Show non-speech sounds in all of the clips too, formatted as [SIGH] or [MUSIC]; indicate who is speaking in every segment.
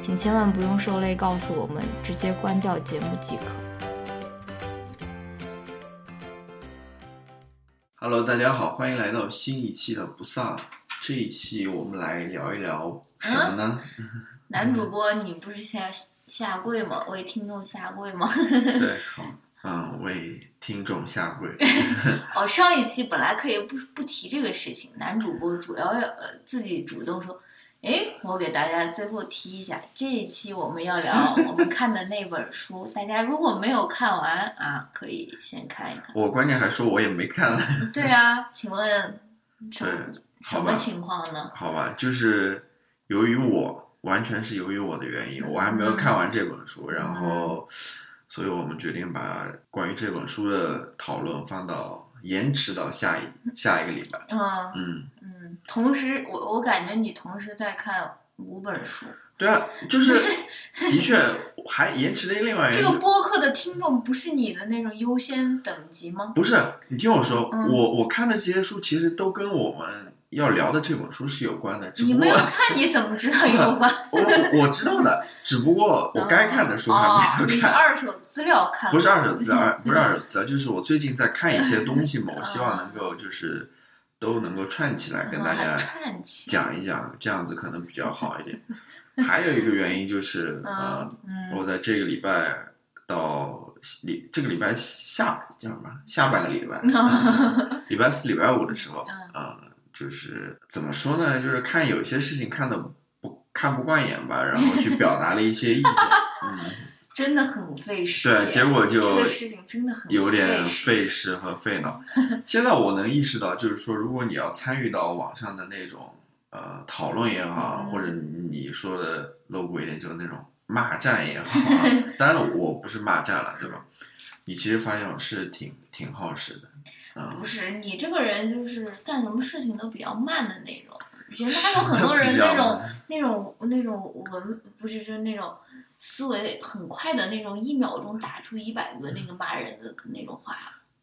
Speaker 1: 请千万不用受累告诉我们，直接关掉节目即可。
Speaker 2: Hello，大家好，欢迎来到新一期的不丧。这一期我们来聊一聊什么呢？
Speaker 3: 男
Speaker 2: 嗯
Speaker 3: 主播，你不是下下跪吗？为听众下跪吗？ [LAUGHS]
Speaker 2: 对，好，嗯，为听众下跪。
Speaker 3: 哦，上一期本来可以不不提这个事情，男主播主要要呃自己主动说，哎，我给大家最后提一下，这一期我们要聊
Speaker 2: [LAUGHS]
Speaker 3: 我们看的那本书，大家如果没有看完啊，可以先看一看。
Speaker 2: 我关键还说我也没看，
Speaker 3: 对啊，请问什
Speaker 2: 对
Speaker 3: 么，
Speaker 2: 好
Speaker 3: 什
Speaker 2: 吧
Speaker 3: 么情况呢？
Speaker 2: 好吧，就是由于我完全是由于我的原因，我还没有看完这本书，然后，所以我们决定把关于这本书的讨论放到延迟到下一下一个礼拜。
Speaker 3: 嗯
Speaker 2: 嗯，
Speaker 3: 嗯，同时我我感觉你同时在看五本书，
Speaker 2: 对啊，就是 [LAUGHS] 的确还延迟的另外一
Speaker 3: 这个播客的听众不是你的那种优先等级吗？
Speaker 2: 不是，你听我说，
Speaker 3: 嗯
Speaker 2: 我我看的这些书其实都跟我们要聊的这本书是有关的，只
Speaker 3: 你
Speaker 2: 不
Speaker 3: 没
Speaker 2: 过
Speaker 3: 有看，你怎么知道有关？
Speaker 2: 我我我知道的，只不过 [LAUGHS] 我该看的书还
Speaker 3: 哦，
Speaker 2: 没
Speaker 3: 你
Speaker 2: 有
Speaker 3: 是
Speaker 2: 看，
Speaker 3: 二手资料看？
Speaker 2: 不是二手资料，而
Speaker 3: [LAUGHS]
Speaker 2: 不是二手资料，就是我最近在看一些东西嘛，我希
Speaker 3: 嗯
Speaker 2: 望能够就是都能够串起来跟大
Speaker 3: 哦
Speaker 2: 家
Speaker 3: 还串起。
Speaker 2: 讲一讲，这样子可能比较好一
Speaker 3: [LAUGHS]
Speaker 2: 点。还有一个原因就是，呃，
Speaker 3: 嗯嗯
Speaker 2: 我在这个礼拜到礼这个礼拜下叫什么？下半个礼
Speaker 3: [LAUGHS]
Speaker 2: 拜，嗯礼拜四、礼拜五的时候，
Speaker 3: 嗯
Speaker 2: 嗯，就是怎么说呢？就是看有些事情看的不看不惯眼吧，然后去表达了一些意见，嗯，
Speaker 3: 真的很费时间。
Speaker 2: 对，结果就
Speaker 3: 这个事情真的很
Speaker 2: 有点
Speaker 3: 费时。
Speaker 2: 费事和费
Speaker 3: [LAUGHS]
Speaker 2: 脑。现在我能意识到，就是说，如果你要参与到网上的那种呃讨论也好，
Speaker 3: 嗯
Speaker 2: 或者你说的露骨一点，就是那种骂战也
Speaker 3: [LAUGHS]
Speaker 2: 好啊，当然了，我不是骂战了，对吧？你其实发现我是挺挺耗时的，嗯
Speaker 3: 不，是你这个人就是干什么事情都比较慢的那种，人家
Speaker 2: 是啊
Speaker 3: 有
Speaker 2: [LAUGHS]
Speaker 3: 很多人
Speaker 2: 比较
Speaker 3: 那种那种那种文不是就是那种思维很快的那种，一秒钟打出一百个那个骂人的那种话，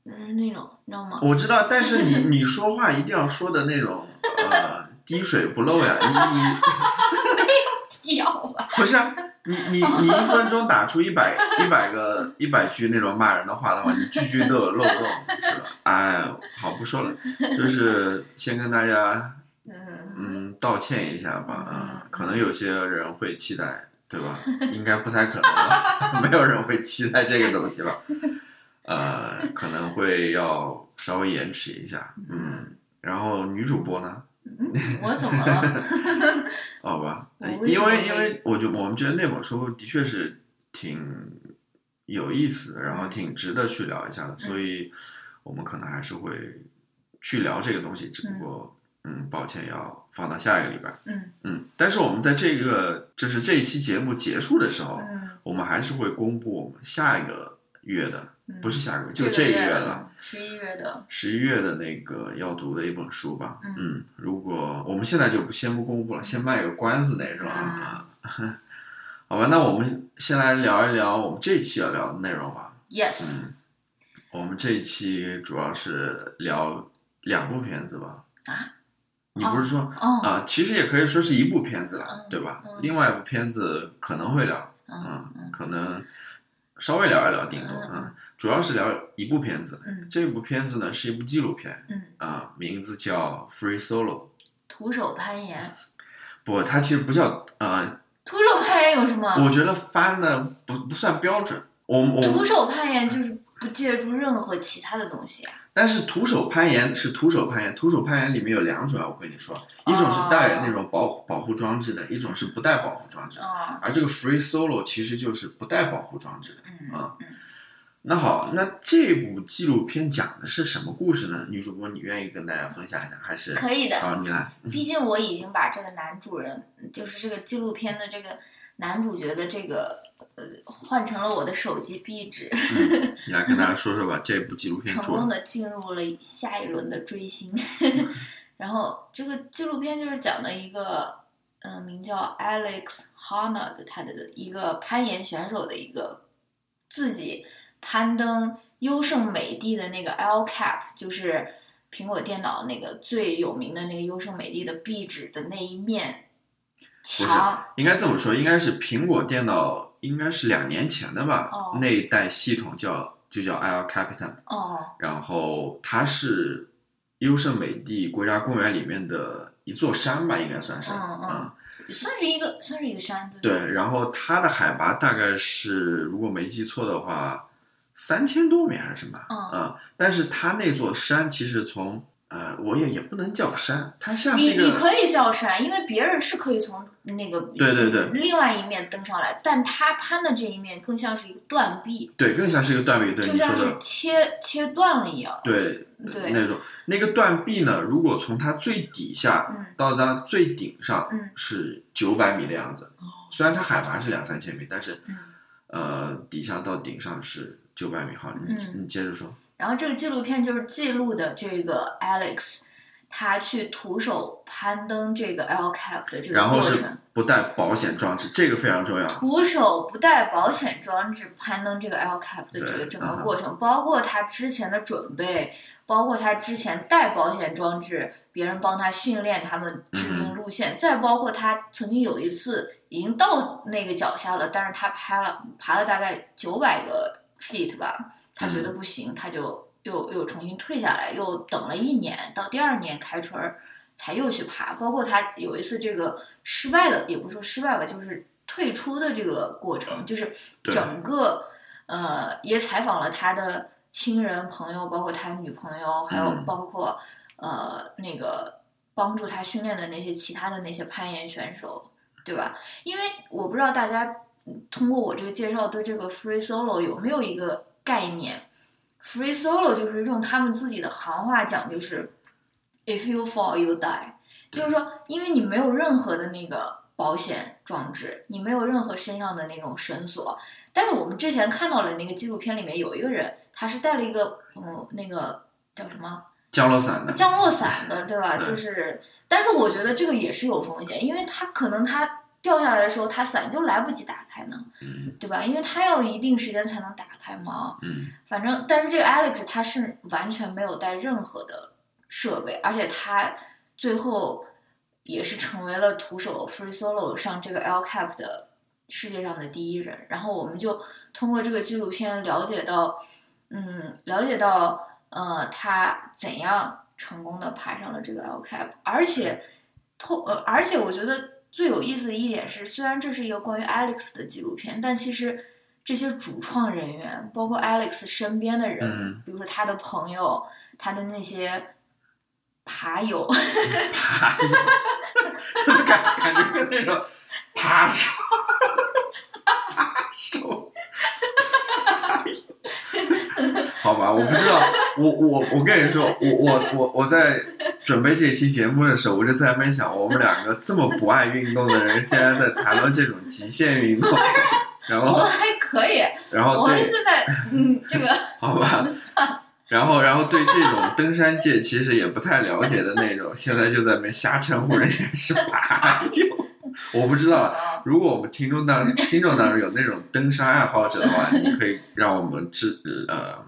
Speaker 3: 就是那种你知道吗？
Speaker 2: 我知道，但是你你说话一定要说的那种呃滴水不漏呀，你你。
Speaker 3: 要吧，
Speaker 2: 不是啊，你你你一分钟打出一百一百个一百句那种骂人的话的话，你句句都有漏洞，是吧？哎，好不说了，就是先跟大家
Speaker 3: 嗯。
Speaker 2: 嗯道歉一下吧，啊、
Speaker 3: 嗯
Speaker 2: 可能有些人会期待，对吧？应该不太可能吧， [LAUGHS] 没有人会期待这个东西吧？呃，可能会要稍微延迟一下，嗯。然后女主播呢？
Speaker 3: 我怎么了？
Speaker 2: 好吧，
Speaker 3: 我
Speaker 2: 呃
Speaker 3: 为
Speaker 2: 因
Speaker 3: 什
Speaker 2: 为
Speaker 3: 么
Speaker 2: 因
Speaker 3: 会
Speaker 2: 为我觉我们觉得那本书的确是挺有意思的，然后挺值得去聊一下的，
Speaker 3: 嗯
Speaker 2: 所以我们可能还是会去聊这个东西，只不过嗯，抱歉要放到下一个礼拜，
Speaker 3: 嗯
Speaker 2: 嗯，但是我们在这个就是这一期节目结束的时候，
Speaker 3: 嗯，
Speaker 2: 我们还是会公布我们下一个月的，
Speaker 3: 嗯
Speaker 2: 不是下个月，就
Speaker 3: 个
Speaker 2: 这个
Speaker 3: 月
Speaker 2: 月了。
Speaker 3: 的，十一月的，
Speaker 2: 十一月的那个要读的一本书吧，
Speaker 3: 嗯
Speaker 2: 嗯，如果我们现在就不先不公布了，先卖个关子那种啊，
Speaker 3: 嗯
Speaker 2: [LAUGHS] 好吧，那我们先来聊一聊我们这一期要聊的内容吧。
Speaker 3: ，yes
Speaker 2: 我们这一期主要是聊两部片子吧？
Speaker 3: 啊？
Speaker 2: 你不是说
Speaker 3: 哦，
Speaker 2: 啊？其实也可以说是一部片子了
Speaker 3: 嗯，
Speaker 2: 对吧？
Speaker 3: 嗯
Speaker 2: 另外一部片子可能会聊，
Speaker 3: 嗯
Speaker 2: 嗯，可能稍微聊一聊，顶多
Speaker 3: 嗯嗯
Speaker 2: 嗯，主要是聊一部片子。
Speaker 3: 嗯
Speaker 2: 这部片子呢是一部纪录片，
Speaker 3: 嗯，
Speaker 2: 啊、名字叫 Free Solo。
Speaker 3: 徒手攀岩，
Speaker 2: 不，它其实不叫啊、
Speaker 3: 徒手攀岩有什
Speaker 2: 呃，
Speaker 3: 么？
Speaker 2: 我觉得翻的不不算标准。我我
Speaker 3: 徒手攀岩就是不借助任何其他的东西啊。
Speaker 2: 但是徒手攀岩是徒手攀岩，徒手攀岩里面有两种啊，我跟你说，一种是带那种保保护装置的，一种是不带保护装置的。
Speaker 3: 哦，
Speaker 2: 而这个 free solo 其实就是不带保护装置的。
Speaker 3: 嗯
Speaker 2: 啊
Speaker 3: 嗯，
Speaker 2: 那好，那这部纪录片讲的是什么故事呢？女主播，你愿意跟大家分享一下，还是
Speaker 3: 可以的
Speaker 2: 好，你来。
Speaker 3: 毕竟我已经把这个男主人，就是这个纪录片的这个男主角的这个呃，换成了我的手机壁纸，
Speaker 2: 嗯
Speaker 3: [LAUGHS]
Speaker 2: 你来跟大家说说吧，这部纪录片
Speaker 3: 成
Speaker 2: 主
Speaker 3: 功的进入了下一轮的追星。 [LAUGHS] 然后这个纪录片就是讲的一个，嗯、名叫 Alex Honor 的他的一个攀岩选手的一个自己攀登优胜美地的那个 L Cap，就是苹果电脑那个最有名的那个优胜美地的壁纸的那一面
Speaker 2: 不是
Speaker 3: 墙。，
Speaker 2: 应该这么说，应该是苹果电脑，应该是两年前的吧，
Speaker 3: 哦
Speaker 2: 那一代系统叫就叫 L Capitan，
Speaker 3: 哦
Speaker 2: 然后它是优胜美地国家公园里面的一座山吧，应该算是，
Speaker 3: 嗯嗯
Speaker 2: 嗯
Speaker 3: 算是一个算是一个山对吧？
Speaker 2: 对，然后它的海拔大概是，如果没记错的话，三千多米还是什么？啊
Speaker 3: 嗯
Speaker 2: 但是它那座山其实从呃，我也也不能叫山，它像是
Speaker 3: 你
Speaker 2: 一
Speaker 3: 你
Speaker 2: 个
Speaker 3: 可以叫山，因为别人是可以从那个
Speaker 2: 对对对
Speaker 3: 另外一面登上来，但他攀的这一面更像是一个断臂，
Speaker 2: 对，更像是一个断臂。对
Speaker 3: 就
Speaker 2: 你说
Speaker 3: 像是
Speaker 2: 的，
Speaker 3: 切切断了一样。
Speaker 2: 对
Speaker 3: 对
Speaker 2: 那种那个断臂呢，如果从它最底下
Speaker 3: 嗯
Speaker 2: 到它最顶上
Speaker 3: 嗯哦
Speaker 2: 是九百米的样子，虽然它海拔是两三千米，但是
Speaker 3: 嗯
Speaker 2: 呃，底下到顶上是九百米。好，你
Speaker 3: 嗯
Speaker 2: 你接着说。
Speaker 3: 然后这个纪录片就是记录的这个 Alex，他去徒手攀登这个 L Cap 的这个
Speaker 2: 然后
Speaker 3: 过
Speaker 2: 是
Speaker 3: 程，
Speaker 2: 不带保险装置，这个非常重要。
Speaker 3: 徒手不带保险装置攀登这个 L Cap 的这个
Speaker 2: 对
Speaker 3: 整个
Speaker 2: 嗯
Speaker 3: 过程，包括他之前的准备，包括他之前带保险装置，别人帮他训练他们制
Speaker 2: 嗯
Speaker 3: 定路线，再包括他曾经有一次已经到那个脚下了，但是他拍了爬了大概九百个 feet 吧，他觉得不行，他就又又重新退下来，又等了一年，到第二年开春儿才又去爬。包括他有一次这个失败的，也不是说失败吧，就是退出的这个过程，就是
Speaker 2: 对
Speaker 3: 整个呃也采访了他的亲人、朋友，包括他女朋友，还有
Speaker 2: 嗯
Speaker 3: 包括、呃那个帮助他训练的那些其他的那些攀岩选手，对吧？因为我不知道大家嗯通过我这个介绍对这个 free solo 有没有一个概念？free solo 就是用他们自己的行话讲，就是 if you fall you die，就是说，因为你没有任何的那个保险装置，你没有任何身上的那种绳索。但是我们之前看到了那个纪录片里面有一个人，他是带了一个嗯那个叫什么
Speaker 2: 降落伞的，
Speaker 3: 降落伞的，对吧？
Speaker 2: 对
Speaker 3: 就是，但是我觉得这个也是有风险，因为他可能他掉下来的时候，他伞就来不及打开呢，
Speaker 2: 嗯
Speaker 3: 对吧？因为他要一定时间才能打开嘛。
Speaker 2: 嗯，
Speaker 3: 反正，但是这个 Alex 他是完全没有带任何的设备，而且他最后也是成为了徒手 free solo 上这个 L cap 的世界上的第一人。然后我们就通过这个纪录片了解到，嗯，了解到呃他怎样成功的爬上了这个 L cap，而且通呃，而且我觉得最有意思的一点是，虽然这是一个关于 Alex 的纪录片，但其实这些主创人员，包括 Alex 身边的人，
Speaker 2: 嗯
Speaker 3: 比如说他的朋友，他的那些爬友，
Speaker 2: 哦爬，怎么 [LAUGHS] 感感觉跟那种爬手， [LAUGHS] 爬手，好吧，我不知道，我我我跟你说，我我我我在准备这期节目的时候，我就在那边想，我们两个这么不爱运动的人，竟然在谈论这种极限运动， [LAUGHS] 然
Speaker 3: [LAUGHS] 我
Speaker 2: 后
Speaker 3: 还可以，
Speaker 2: 然后
Speaker 3: 我
Speaker 2: 哦对
Speaker 3: 还。现在嗯，这个
Speaker 2: 好吧。然后，然后对这种登山界其实也不太了解的那种，现在就在那边瞎称呼人家是爬友，我不知道。啊如果我们听众当听众当中有那种登山爱好者的话，你可以让我们知呃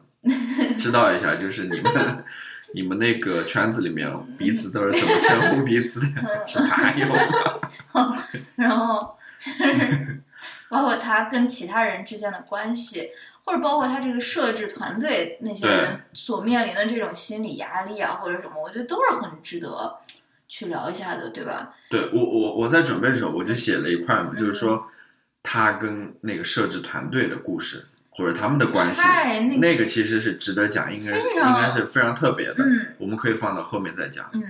Speaker 2: 知道一下，就是你们你们那个圈子里面彼此都是怎么称呼彼此的，是爬友吗？
Speaker 3: 然后 [LAUGHS] 包括他跟其他人之间的关系，或者包括他这个设置团队那些人所面临的这种心理压力啊，或者什么，我觉得都是很值得去聊一下的，对吧？
Speaker 2: 对我我我在准备的时候我就写了一块嘛，就是说他跟那个设置团队的故事，或者他们的关系，
Speaker 3: 太那
Speaker 2: 那
Speaker 3: 个
Speaker 2: 个其实是值得讲，应该是
Speaker 3: 非常
Speaker 2: 应该是非常特别的，
Speaker 3: 嗯
Speaker 2: 我们可以放到后面再讲啊、
Speaker 3: 嗯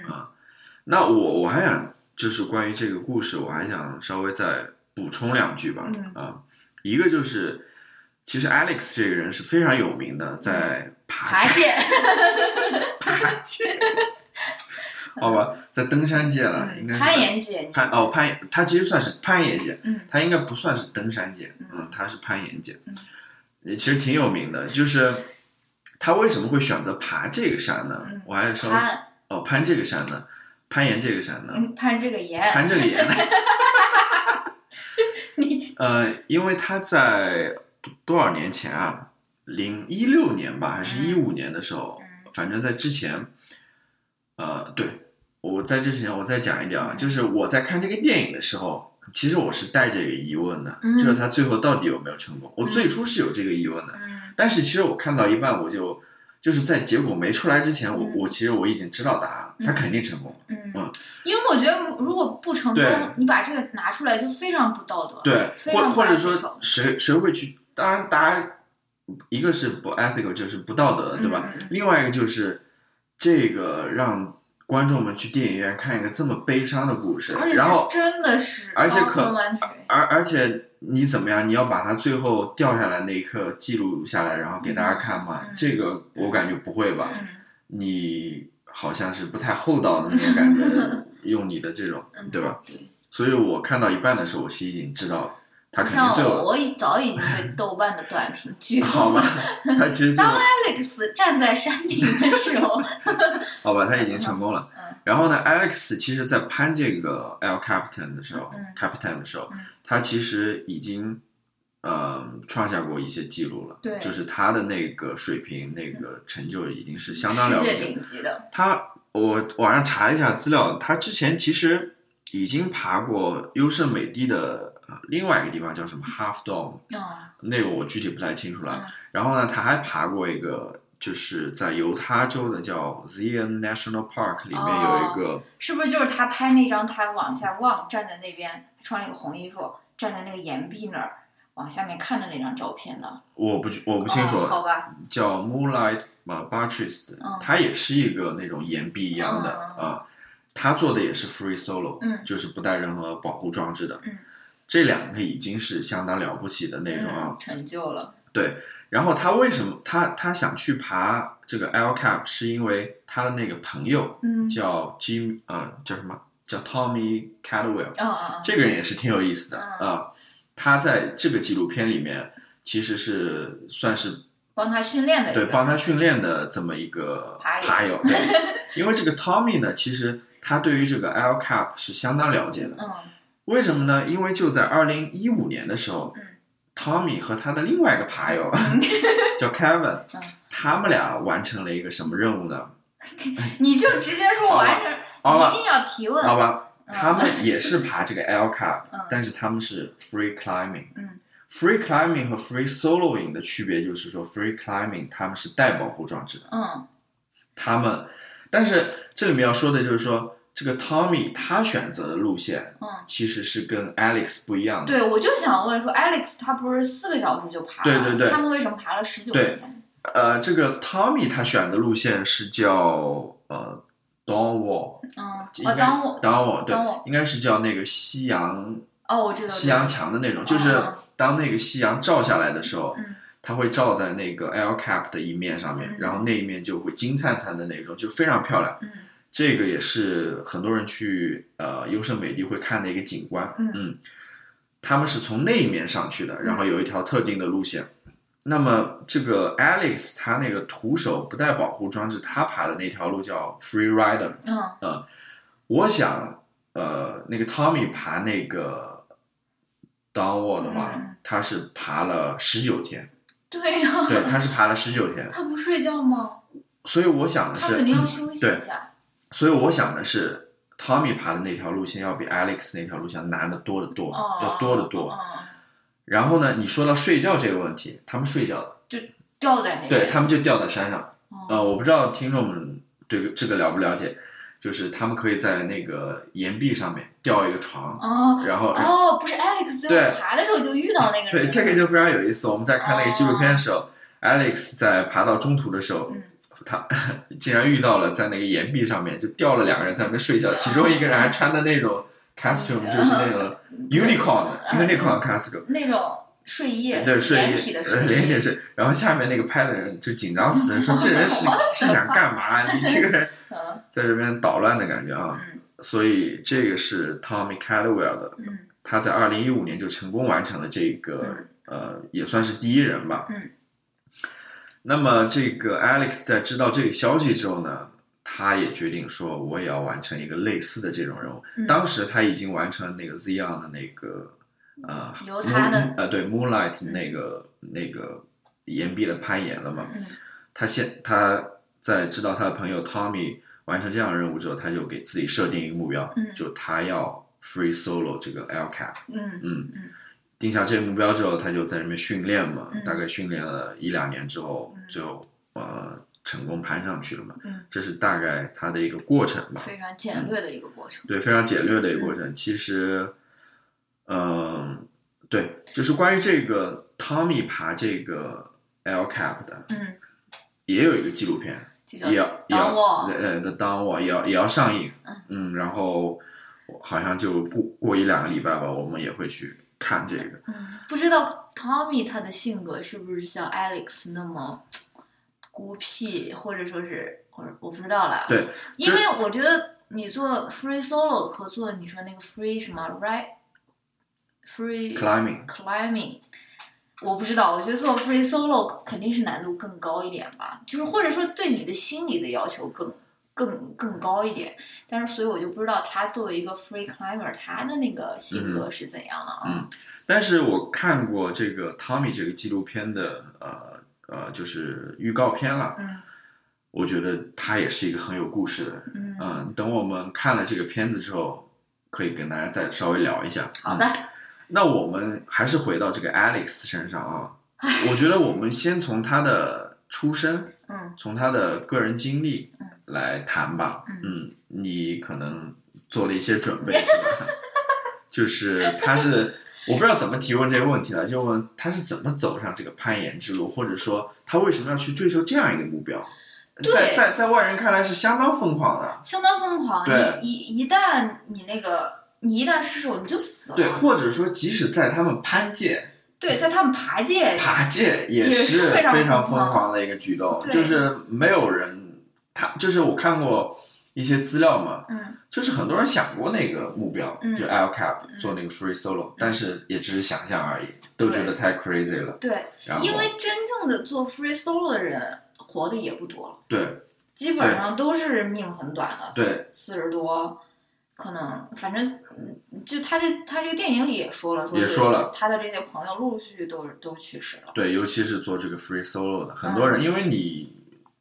Speaker 2: 那我我还想就是关于这个故事，我还想稍微再补充两句吧啊、
Speaker 3: 嗯
Speaker 2: 一个就是其实 Alex 这个人是非常有名的，
Speaker 3: 嗯
Speaker 2: 在
Speaker 3: 爬
Speaker 2: 爬
Speaker 3: 界，
Speaker 2: 爬界，好吧，哦在登山界了， [LAUGHS] 应该是
Speaker 3: 攀嗯岩界，
Speaker 2: 攀哦攀岩，他其实算是攀岩界，
Speaker 3: 嗯
Speaker 2: 他应该不算是登山界，
Speaker 3: 嗯
Speaker 2: 嗯，他是攀岩界，
Speaker 3: 嗯
Speaker 2: 也其实挺有名的。就是他为什么会选择爬这个山呢？
Speaker 3: 嗯
Speaker 2: 我还稍微
Speaker 3: 攀
Speaker 2: 哦攀这个山呢，攀岩这个山呢，
Speaker 3: 嗯攀这个岩，
Speaker 2: 攀这个
Speaker 3: [LAUGHS]
Speaker 2: 岩呢。 [LAUGHS] 呃，因为他在多多少年前啊，零一六年吧，还是一五年的时候，
Speaker 3: 嗯
Speaker 2: 反正在之前，呃，对我在之前我再讲一点
Speaker 3: 嗯
Speaker 2: 啊，就是我在看这个电影的时候，其实我是带着一个疑问的，
Speaker 3: 嗯
Speaker 2: 就是他最后到底有没有成功？我最初是有这个疑问的，
Speaker 3: 嗯
Speaker 2: 但是其实我看到一半，我就就是在结果没出来之前，我我其实我已经知道答案了，他肯定成功了。嗯
Speaker 3: 嗯，因为我觉得如果不成功
Speaker 2: 对，
Speaker 3: 你把这个拿出来就非常不道德，嗯
Speaker 2: 对，
Speaker 3: 非
Speaker 2: 或
Speaker 3: 常不
Speaker 2: 或者
Speaker 3: ethical
Speaker 2: 说谁谁会去？当然，大家一个是不 ethical，就是不道德，对吧？
Speaker 3: 嗯嗯嗯
Speaker 2: 另外一个就是这个让观众们去电影院看一个这么悲伤的故事
Speaker 3: 而且，是
Speaker 2: 然后
Speaker 3: 真的是
Speaker 2: 而且
Speaker 3: 高
Speaker 2: 可
Speaker 3: 科万水
Speaker 2: 而而且你怎么样？你要把它最后掉下来那一刻记录下来，然后给大家看吗？
Speaker 3: 嗯
Speaker 2: 这个我感觉不会吧？
Speaker 3: 嗯
Speaker 2: 你好像是不太厚道的那种感
Speaker 3: [LAUGHS]
Speaker 2: 觉，用你的这种，
Speaker 3: 嗯
Speaker 2: 对吧？
Speaker 3: 对
Speaker 2: 所以我看到一半的时候，我是已经知道他肯定
Speaker 3: 像
Speaker 2: 最后
Speaker 3: 我，我已早已经被豆瓣的短评剧
Speaker 2: 好吧， [LAUGHS] 他其实就
Speaker 3: 当
Speaker 2: [LAUGHS]
Speaker 3: Alex 站在山顶的时候，
Speaker 2: 好吧，他已经成功了
Speaker 3: 嗯。
Speaker 2: 然后呢，Alex 其实，在攀这个 L Captain 的时候
Speaker 3: 嗯
Speaker 2: ，Captain 的时候
Speaker 3: 嗯，
Speaker 2: 他其实已经呃创下过一些记录了，
Speaker 3: 对嗯
Speaker 2: 就是他的那个水平、那个成就已经是相当了
Speaker 3: 世
Speaker 2: 不
Speaker 3: 界
Speaker 2: 起。
Speaker 3: 顶级的，
Speaker 2: 他我网上查了一下资料，他之前其实已经爬过优胜美地的呃另外一个地方，叫什么
Speaker 3: 嗯
Speaker 2: Half Dome。
Speaker 3: 啊，
Speaker 2: 那个我具体不太清楚了。
Speaker 3: 嗯
Speaker 2: 然后呢，他还爬过一个，就是在犹他州的叫 Zion National Park 里面有一个，
Speaker 3: 是不是就是他拍那张他往下望，站在那边穿了一个红衣服，站在那个岩壁那儿往下面看的那张照片呢？
Speaker 2: 我不我不清楚，
Speaker 3: 哦好吧，
Speaker 2: 叫 Moonlight 啊 b a t r i s
Speaker 3: 嗯
Speaker 2: 它也是一个那种岩壁一样的
Speaker 3: 嗯嗯
Speaker 2: 啊，他做的也是 free solo，
Speaker 3: 嗯
Speaker 2: 就是不带任何保护装置的
Speaker 3: 嗯。
Speaker 2: 这两个已经是相当了不起的那种啊，
Speaker 3: 嗯，成就了，
Speaker 2: 然后他为什么他他想去爬这个 L Cap，是因为他的那个朋友
Speaker 3: 嗯，
Speaker 2: 叫 Jim，呃，叫什么？叫 Tommy Cadwell，
Speaker 3: 嗯嗯
Speaker 2: 这个人也是挺有意思的啊、
Speaker 3: 嗯
Speaker 2: 他在这个纪录片里面其实是算是
Speaker 3: 帮他训练的一个，
Speaker 2: 对帮他训练的这么一个
Speaker 3: 爬友
Speaker 2: 爬友，对，
Speaker 3: [LAUGHS]
Speaker 2: 因为这个 Tommy 呢，其实他对于这个 L Cap 是相当了解的，
Speaker 3: 嗯
Speaker 2: 为什么呢？因为就在二零一五年的时候、
Speaker 3: 嗯
Speaker 2: t o m m y 和他的另外一个爬友 [LAUGHS] 叫 Kevin，、
Speaker 3: 嗯
Speaker 2: 他们俩完成了一个什么任务呢？
Speaker 3: 你就直接说完成，
Speaker 2: 好吧
Speaker 3: 你一定要提问，
Speaker 2: 好吧，
Speaker 3: 嗯
Speaker 2: 他们也是爬这个 L Cup，、
Speaker 3: 嗯
Speaker 2: 但是他们是 free climbing。
Speaker 3: 嗯
Speaker 2: Free climbing 和 free soloing 的区别就是说，free climbing 他们是带保护装置的，
Speaker 3: 嗯
Speaker 2: 他们，但是这里面要说的就是说，这个 Tommy 他选择的路线
Speaker 3: 嗯，
Speaker 2: 其实是跟 Alex 不一样的。
Speaker 3: 对，我就想问说，Alex 他不是四个小时就爬了，
Speaker 2: 对对对
Speaker 3: 他们为什么爬了十九
Speaker 2: 对
Speaker 3: 天？
Speaker 2: 呃，这个 Tommy 他选的路线是叫呃 Dawn Wall，
Speaker 3: 嗯，
Speaker 2: 应
Speaker 3: 我
Speaker 2: 该
Speaker 3: 当我
Speaker 2: Dawn Wall 对
Speaker 3: Dawn Wall，
Speaker 2: 应该是叫那个夕阳
Speaker 3: 哦，我知道，
Speaker 2: 夕阳墙的那种，就是
Speaker 3: 哦
Speaker 2: 当那个夕阳照下来的时候，
Speaker 3: 嗯
Speaker 2: 它会照在那个 L Cap 的一面上面，
Speaker 3: 嗯
Speaker 2: 然后那一面就会金灿灿的那种，就非常漂亮。
Speaker 3: 嗯
Speaker 2: 这个也是很多人去呃优胜美地会看的一个景观。
Speaker 3: 嗯
Speaker 2: 他们是从那一面上去的，然后有一条特定的路线。那么这个 Alex 他那个徒手不带保护装置，他爬的那条路叫 Free Rider。
Speaker 3: 嗯
Speaker 2: 我想，呃，那个 Tommy 爬那个 Downwall 的话，
Speaker 3: 嗯
Speaker 2: 他是爬了十九
Speaker 3: [LAUGHS]
Speaker 2: 天，
Speaker 3: 对呀、
Speaker 2: 对，他是爬了十九天。
Speaker 3: 他不睡觉吗？
Speaker 2: 所以我想的
Speaker 3: 他
Speaker 2: 是嗯
Speaker 3: 肯定，要休息
Speaker 2: 对
Speaker 3: 一下。
Speaker 2: 所以我想的是，Tommy 爬的那条路线要比 Alex 那条路线难得多得多，
Speaker 3: 哦，
Speaker 2: 要多得多。
Speaker 3: 嗯，
Speaker 2: 然后呢，你说到睡觉这个问题，他们睡觉的，
Speaker 3: 掉在那边。
Speaker 2: 对他们就掉在山上。
Speaker 3: 哎哦
Speaker 2: 呃，我不知道听众们对这个了不了解，就是他们可以在那个岩壁上面吊一个床，
Speaker 3: 哦
Speaker 2: 然后
Speaker 3: 哦，不是 Alex
Speaker 2: 嗯
Speaker 3: 最
Speaker 2: 对
Speaker 3: 后爬的时候就遇到那个人，
Speaker 2: 对，这个就非常有意思。我们在看那个纪录片的时候、a l e x 在爬到中途的时候，
Speaker 3: 哦嗯
Speaker 2: 他竟然遇到了在那个岩壁上面就掉了两个人在那边睡觉，其中一个人还穿的那种 costume，就是那种 unicorn 的
Speaker 3: 嗯
Speaker 2: unicorn costume。
Speaker 3: 那种睡衣，
Speaker 2: 对，睡
Speaker 3: 连体
Speaker 2: 衣
Speaker 3: 的，
Speaker 2: 呃
Speaker 3: 睡
Speaker 2: 连
Speaker 3: 衣
Speaker 2: 体，是，然后下面那个拍的人就紧张死了，
Speaker 3: [LAUGHS]
Speaker 2: 说这人是是想干嘛？你这个人
Speaker 3: 嗯
Speaker 2: 在这边捣乱的感觉啊
Speaker 3: 嗯！
Speaker 2: 所以这个是 Tommy Caldwell 的
Speaker 3: 嗯
Speaker 2: 他在二零一五年就成功完成了这个、呃，也算是第一人吧。
Speaker 3: 嗯。
Speaker 2: 那么这个 Alex 在知道这个消息之后呢，他也决定说，我也要完成一个类似的这种任务。
Speaker 3: 嗯
Speaker 2: 当时他已经完成了那个 Zion 的那个呃，
Speaker 3: 犹他的
Speaker 2: Moon- 呃对 Moonlight 那个、那个岩壁的攀岩了嘛。
Speaker 3: 嗯
Speaker 2: 他现他在知道他的朋友 Tommy 完成这样的任务之后，他就给自己设定一个目标，
Speaker 3: 嗯
Speaker 2: 就他要 free solo 这个 L cap，
Speaker 3: 嗯
Speaker 2: 嗯
Speaker 3: 嗯
Speaker 2: 定下这个目标之后，他就在那边训练嘛，
Speaker 3: 嗯
Speaker 2: 大概训练了一两年之后，
Speaker 3: 嗯
Speaker 2: 最后呃成功攀上去了嘛，
Speaker 3: 嗯，
Speaker 2: 这是大概他的一个过程吧，
Speaker 3: 非嗯常简略的一个过程。
Speaker 2: 对，非常简略的一个过程。其实，嗯、对，就是关于这个 Tommy 爬这个 L cap 的，
Speaker 3: 嗯，
Speaker 2: 也有一个纪录片，
Speaker 3: 这叫
Speaker 2: 也要也
Speaker 3: Down
Speaker 2: 要
Speaker 3: Wall
Speaker 2: 呃的 Down Wall 也要也要上映
Speaker 3: 嗯，
Speaker 2: 嗯，然后好像就过过一两个礼拜吧，我们也会去看这个。
Speaker 3: 嗯，不知道 Tommy 他的性格是不是像 Alex 那么孤僻，或者说是，我我不知道啦。
Speaker 2: 对，
Speaker 3: 因为我觉得你做 free solo 和做你说那个 free 什么 right free
Speaker 2: Climbing
Speaker 3: climbing，我不知道，我觉得做 free solo 肯定是难度更高一点吧，就是或者说对你的心理的要求更更更高一点。但是所以我就不知道他作为一个 free climber 他的那个性格是怎样的啊？
Speaker 2: 嗯但是我看过这个 Tommy 这个纪录片的呃呃，就是预告片了，
Speaker 3: 嗯
Speaker 2: 我觉得他也是一个很有故事的人。
Speaker 3: 嗯，
Speaker 2: 嗯，等我们看了这个片子之后，可以跟大家再稍微聊一下。
Speaker 3: 好的，
Speaker 2: 那我们还是回到这个 Alex 身上啊，
Speaker 3: [LAUGHS]
Speaker 2: 我觉得我们先从他的出身，
Speaker 3: 嗯
Speaker 2: 从他的个人经历
Speaker 3: 嗯
Speaker 2: 来谈吧。
Speaker 3: 嗯
Speaker 2: 嗯，你可能做了一些准备，是吧？ [LAUGHS] 就是他是我不知道怎么提问这个问题了，就问他是怎么走上这个攀岩之路，或者说他为什么要去追求这样一个目标？
Speaker 3: 对
Speaker 2: 在在在外人看来是相当疯狂的，
Speaker 3: 相当疯狂。
Speaker 2: 对
Speaker 3: 你一一旦你那个你一旦失手，你就死了。
Speaker 2: 对，或者说即使在他们攀界，
Speaker 3: 对在他们爬界
Speaker 2: 爬界也是
Speaker 3: 也是
Speaker 2: 非
Speaker 3: 非
Speaker 2: 常
Speaker 3: 常
Speaker 2: 疯
Speaker 3: 疯
Speaker 2: 狂的一个举动，
Speaker 3: 对
Speaker 2: 就是没有人，他就是我看过一些资料嘛，
Speaker 3: 嗯
Speaker 2: 就是很多人想过那个目标，
Speaker 3: 嗯
Speaker 2: 就 L Cap 做那个 free solo，、但是也只是想象而已，都觉得太 crazy 了。
Speaker 3: 对，
Speaker 2: 然后
Speaker 3: 因为真正的做 free solo 的人活的也不多了，
Speaker 2: 对
Speaker 3: 基本上都是命很短的，
Speaker 2: 对
Speaker 3: 四十多，可能反正嗯就他这他这个电影里也说了，说
Speaker 2: 也
Speaker 3: 是
Speaker 2: 说了
Speaker 3: 他的这些朋友陆陆续续都是都去世了。
Speaker 2: 对，尤其是做这个 free solo 的，很
Speaker 3: 嗯
Speaker 2: 多人、因为你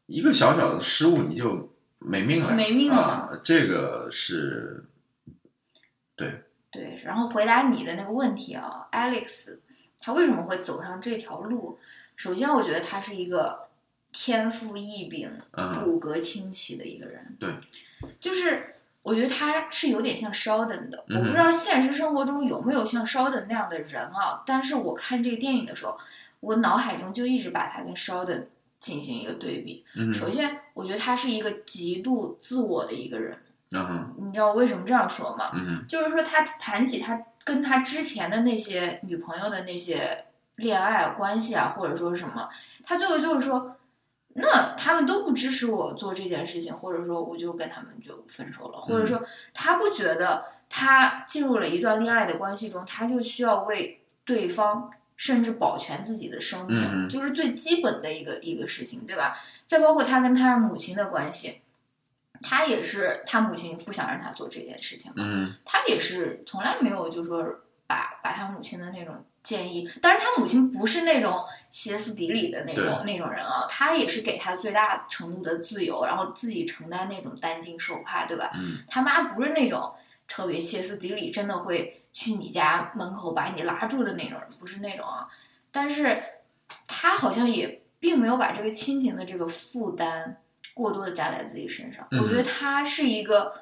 Speaker 2: 一个小小的失误你就没命了，
Speaker 3: 没命了
Speaker 2: 啊，这个是
Speaker 3: 对，然后回答你的那个问题啊，Alex，他为什么会走上这条路？首先，我觉得他是一个天赋异禀、
Speaker 2: 嗯
Speaker 3: 骨骼清奇的一个人。
Speaker 2: 对，
Speaker 3: 就是我觉得他是有点像 Sheldon 的，
Speaker 2: 嗯
Speaker 3: 我不知道现实生活中有没有像 Sheldon 那样的人啊。但是我看这个电影的时候，我脑海中就一直把他跟 Sheldon 进行一个对比。
Speaker 2: 嗯
Speaker 3: 首先，我觉得他是一个极度自我的一个人。
Speaker 2: 嗯哼
Speaker 3: 你知道我为什么这样说吗？
Speaker 2: 嗯哼
Speaker 3: 就是说他谈起他跟他之前的那些女朋友的那些恋爱关系啊，或者说什么，他最后就是说，那他们都不支持我做这件事情，或者说我就跟他们就分手了，
Speaker 2: 嗯
Speaker 3: 或者说他不觉得他进入了一段恋爱的关系中，他就需要为对方。甚至保全自己的生命，
Speaker 2: 嗯嗯
Speaker 3: 就是最基本的一个一个事情，对吧？再包括他跟他母亲的关系，他也是他母亲不想让他做这件事情嘛，
Speaker 2: 嗯
Speaker 3: 他也是从来没有就说把把他母亲的那种建议，但是他母亲不是那种歇斯底里的那种那种人啊，他也是给他最大程度的自由，然后自己承担那种担惊受怕，对吧？
Speaker 2: 嗯
Speaker 3: 他妈不是那种特别歇斯底里，真的会去你家门口把你拉住的那种人，不是那种啊。但是他好像也并没有把这个亲情的这个负担过多的加在自己身上。
Speaker 2: 嗯
Speaker 3: 我觉得他是一个，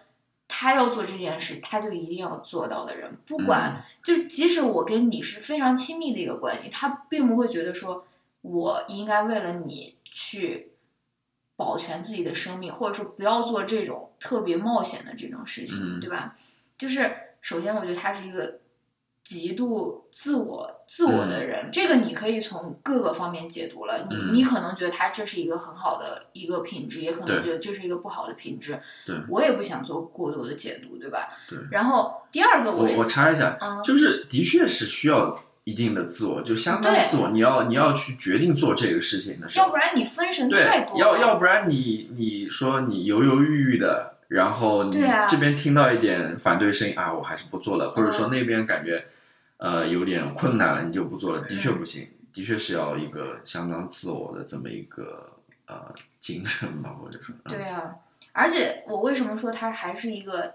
Speaker 3: 他要做这件事，他就一定要做到的人，不管、就是即使我跟你是非常亲密的一个关系，他并不会觉得说我应该为了你去保全自己的生命，或者说不要做这种特别冒险的这种事情，
Speaker 2: 嗯
Speaker 3: 对吧？就是首先，我觉得他是一个极度自我、自我的人，这个你可以从各个方面解读了。你、
Speaker 2: 嗯
Speaker 3: 你可能觉得他这是一个很好的一个品质，也可
Speaker 2: 对
Speaker 3: 能觉得这是一个不好的品质。
Speaker 2: 对
Speaker 3: 我也不想做过多的解读，对吧？
Speaker 2: 对
Speaker 3: 然后第二个
Speaker 2: 我
Speaker 3: 是
Speaker 2: 我插一下，
Speaker 3: 嗯
Speaker 2: 就是的确是需要一定的自我，就相当
Speaker 3: 对
Speaker 2: 自我，你要你要去决定做这个事情的时
Speaker 3: 要
Speaker 2: 候
Speaker 3: 不，然你分神
Speaker 2: 对
Speaker 3: 太，多了。
Speaker 2: 要要不然你你说你犹犹豫豫的，然后你
Speaker 3: 对啊
Speaker 2: 这边听到一点反对声音啊，我还是不做了，或者说
Speaker 3: 嗯
Speaker 2: 那边感觉呃有点困难了，你就不做了，的确不行，的确是要一个相当自我的这么一个呃精神吧，或者说，嗯
Speaker 3: 对啊，而且我为什么说他还是一个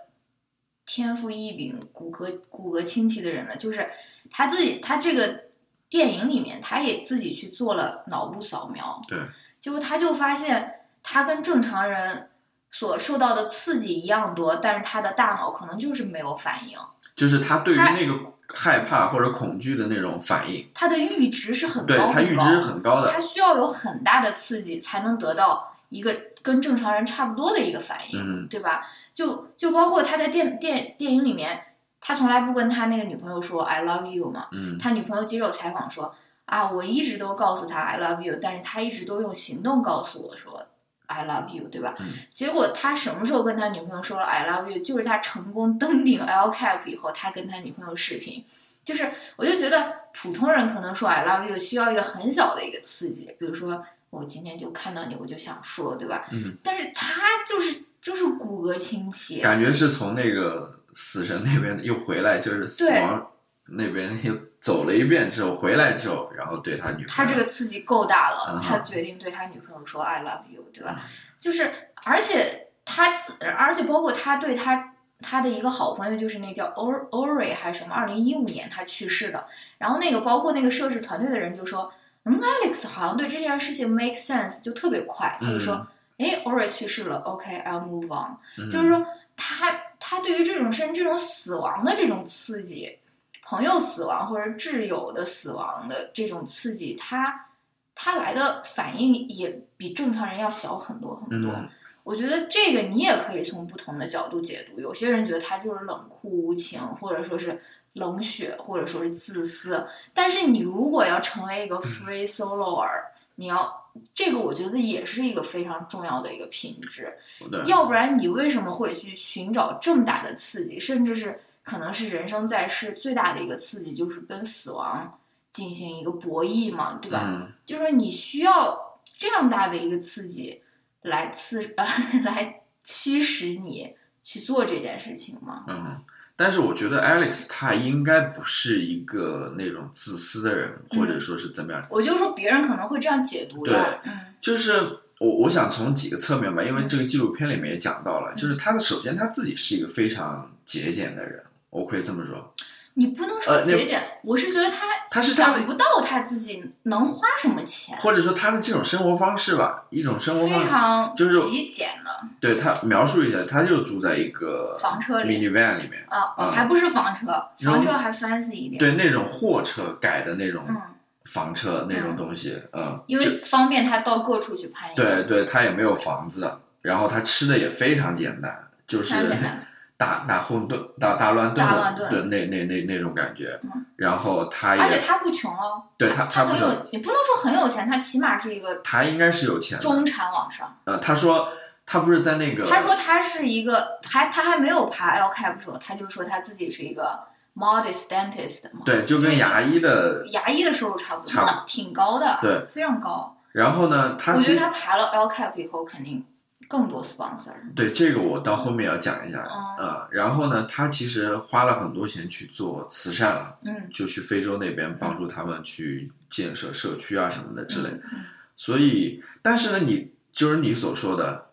Speaker 3: 天赋异禀、骨骼骨骼清奇的人呢？就是他自己，他这个电影里面，他也自己去做了脑部扫描，
Speaker 2: 对，
Speaker 3: 结果他就发现，他跟正常人所受到的刺激一样多，但是他的大脑可能就是没有反应，
Speaker 2: 就是他对于
Speaker 3: 他
Speaker 2: 那个害怕或者恐惧的那种反应，
Speaker 3: 他的阈值是很高
Speaker 2: 对
Speaker 3: 很高，
Speaker 2: 他阈值是很高的
Speaker 3: 他，需要有很大的刺激才能得到一个跟正常人差不多的一个反应，
Speaker 2: 嗯
Speaker 3: 对吧？就就包括他在电电电影里面，他从来不跟他那个女朋友说 “I love you” 嘛，
Speaker 2: 嗯
Speaker 3: 他女朋友接受采访说：“啊，我一直都告诉他 I love you，但是他一直都用行动告诉我说 I love you，对吧？”
Speaker 2: 嗯
Speaker 3: 结果他什么时候跟他女朋友说了 I love you？就是他成功登顶 LCAP 以后，他跟他女朋友视频。就是，我就觉得普通人可能说 I love you 需要一个很小的一个刺激，比如说我今天就看到你，我就想说，对吧？
Speaker 2: 嗯。
Speaker 3: 但是他就是就是骨骼清奇，
Speaker 2: 感觉是从那个死神那边又回来，就是死亡那边又走了一遍之后回来之后，然后对他女朋友，
Speaker 3: 他这个刺激够大
Speaker 2: 嗯
Speaker 3: 了，
Speaker 2: 哼
Speaker 3: 他决定对他女朋友说 I love you，对吧
Speaker 2: 嗯？
Speaker 3: 就是，而且他自，而且包括他对他他的一个好朋友，就是那叫 O o r i 还是什么，二零一五年他去世的。然后那个包括那个摄制团队的人就说，嗯，Alex 好像对这件事情 make sense，就特别快，他就说，诶 o r i 去世了，OK，I'll、move on。
Speaker 2: 嗯
Speaker 3: 就是说他他对于这种甚至这种死亡的这种刺激，朋友死亡或者挚友的死亡的这种刺激，他他来的反应也比正常人要小很多很多。
Speaker 2: 嗯
Speaker 3: 我觉得这个你也可以从不同的角度解读，有些人觉得他就是冷酷无情，或者说是。冷血或者说是自私，但是你如果要成为
Speaker 2: 嗯
Speaker 3: 一个 free soloer，你要这个我觉得也是一个非常重要的一个品质。
Speaker 2: 嗯 [LAUGHS] 对，
Speaker 3: 要不然你为什么会去寻找这么大的刺激，甚至是可能是人生在世最大的一个刺激，就是跟死亡进行一个博弈嘛，对吧？
Speaker 2: 嗯，
Speaker 3: 就是说你需要这样大的一个刺激来刺 [LAUGHS] 呃来驱使你去做这件事情吗？
Speaker 2: 嗯，但是我觉得 Alex 他应该不是一个那种自私的人，
Speaker 3: 嗯
Speaker 2: 或者说是怎么样，
Speaker 3: 我就说别人可能会这样解读的，嗯
Speaker 2: 就是。我我想从几个侧面吧，因为这个纪录片里面也讲到了，
Speaker 3: 嗯
Speaker 2: 就是他的首先他自己是一个非常节俭的人，我可以这么说，
Speaker 3: 你不能说
Speaker 2: 呃那
Speaker 3: 节俭，我是觉得他
Speaker 2: 他是这样的
Speaker 3: 想不到他自己能花什么钱，
Speaker 2: 或者说他的这种生活方式吧，一种生活
Speaker 3: 非
Speaker 2: 方式，
Speaker 3: 常
Speaker 2: 就是
Speaker 3: 极简的。
Speaker 2: 对他描述一下，他就住在一个
Speaker 3: 房车里
Speaker 2: minivan 里面，
Speaker 3: 啊、
Speaker 2: 嗯
Speaker 3: 还不是房车，
Speaker 2: 然后
Speaker 3: 房车还 fancy 一点。，
Speaker 2: 对那种货车改的那种
Speaker 3: 嗯，
Speaker 2: 房车那种东西，嗯，
Speaker 3: 因
Speaker 2: 就
Speaker 3: 为方便他到各处去攀岩。
Speaker 2: 对，对，他也没有房子，然后他吃的也非常简单，就是
Speaker 3: 非常简单
Speaker 2: [LAUGHS] 大大混沌、大大乱
Speaker 3: 大乱
Speaker 2: 炖
Speaker 3: 炖
Speaker 2: 的那那那那种感觉
Speaker 3: 嗯，
Speaker 2: 然后他
Speaker 3: 而且
Speaker 2: 也
Speaker 3: 他不穷哦。
Speaker 2: 对他
Speaker 3: 他
Speaker 2: 不
Speaker 3: 很
Speaker 2: 是
Speaker 3: 有，你不能说很有钱，他起码是一个
Speaker 2: 他应该是有钱的，
Speaker 3: 中产往上。
Speaker 2: 呃，他说他不是在那个
Speaker 3: 他说他是一个，还他还没有爬 LCAP 的时候，他就说他自己是一个 modest dentist 嘛。
Speaker 2: 对，就跟牙医的，
Speaker 3: 牙医的收入差不多，
Speaker 2: 差不多
Speaker 3: 那挺高的，
Speaker 2: 对，
Speaker 3: 非常高。
Speaker 2: 然后呢，他
Speaker 3: 我
Speaker 2: 其
Speaker 3: 觉
Speaker 2: 实
Speaker 3: 得他爬了 LCAP 以后，肯定更多 sponsor。
Speaker 2: 对这个我到后面要讲一下，
Speaker 3: 哦
Speaker 2: 呃，然后呢，他其实花了很多钱去做慈善了，
Speaker 3: 嗯，
Speaker 2: 就去非洲那边帮助他们去建设社区啊什么的之类的。
Speaker 3: 嗯嗯
Speaker 2: 所以，但是呢，你就是你所说的，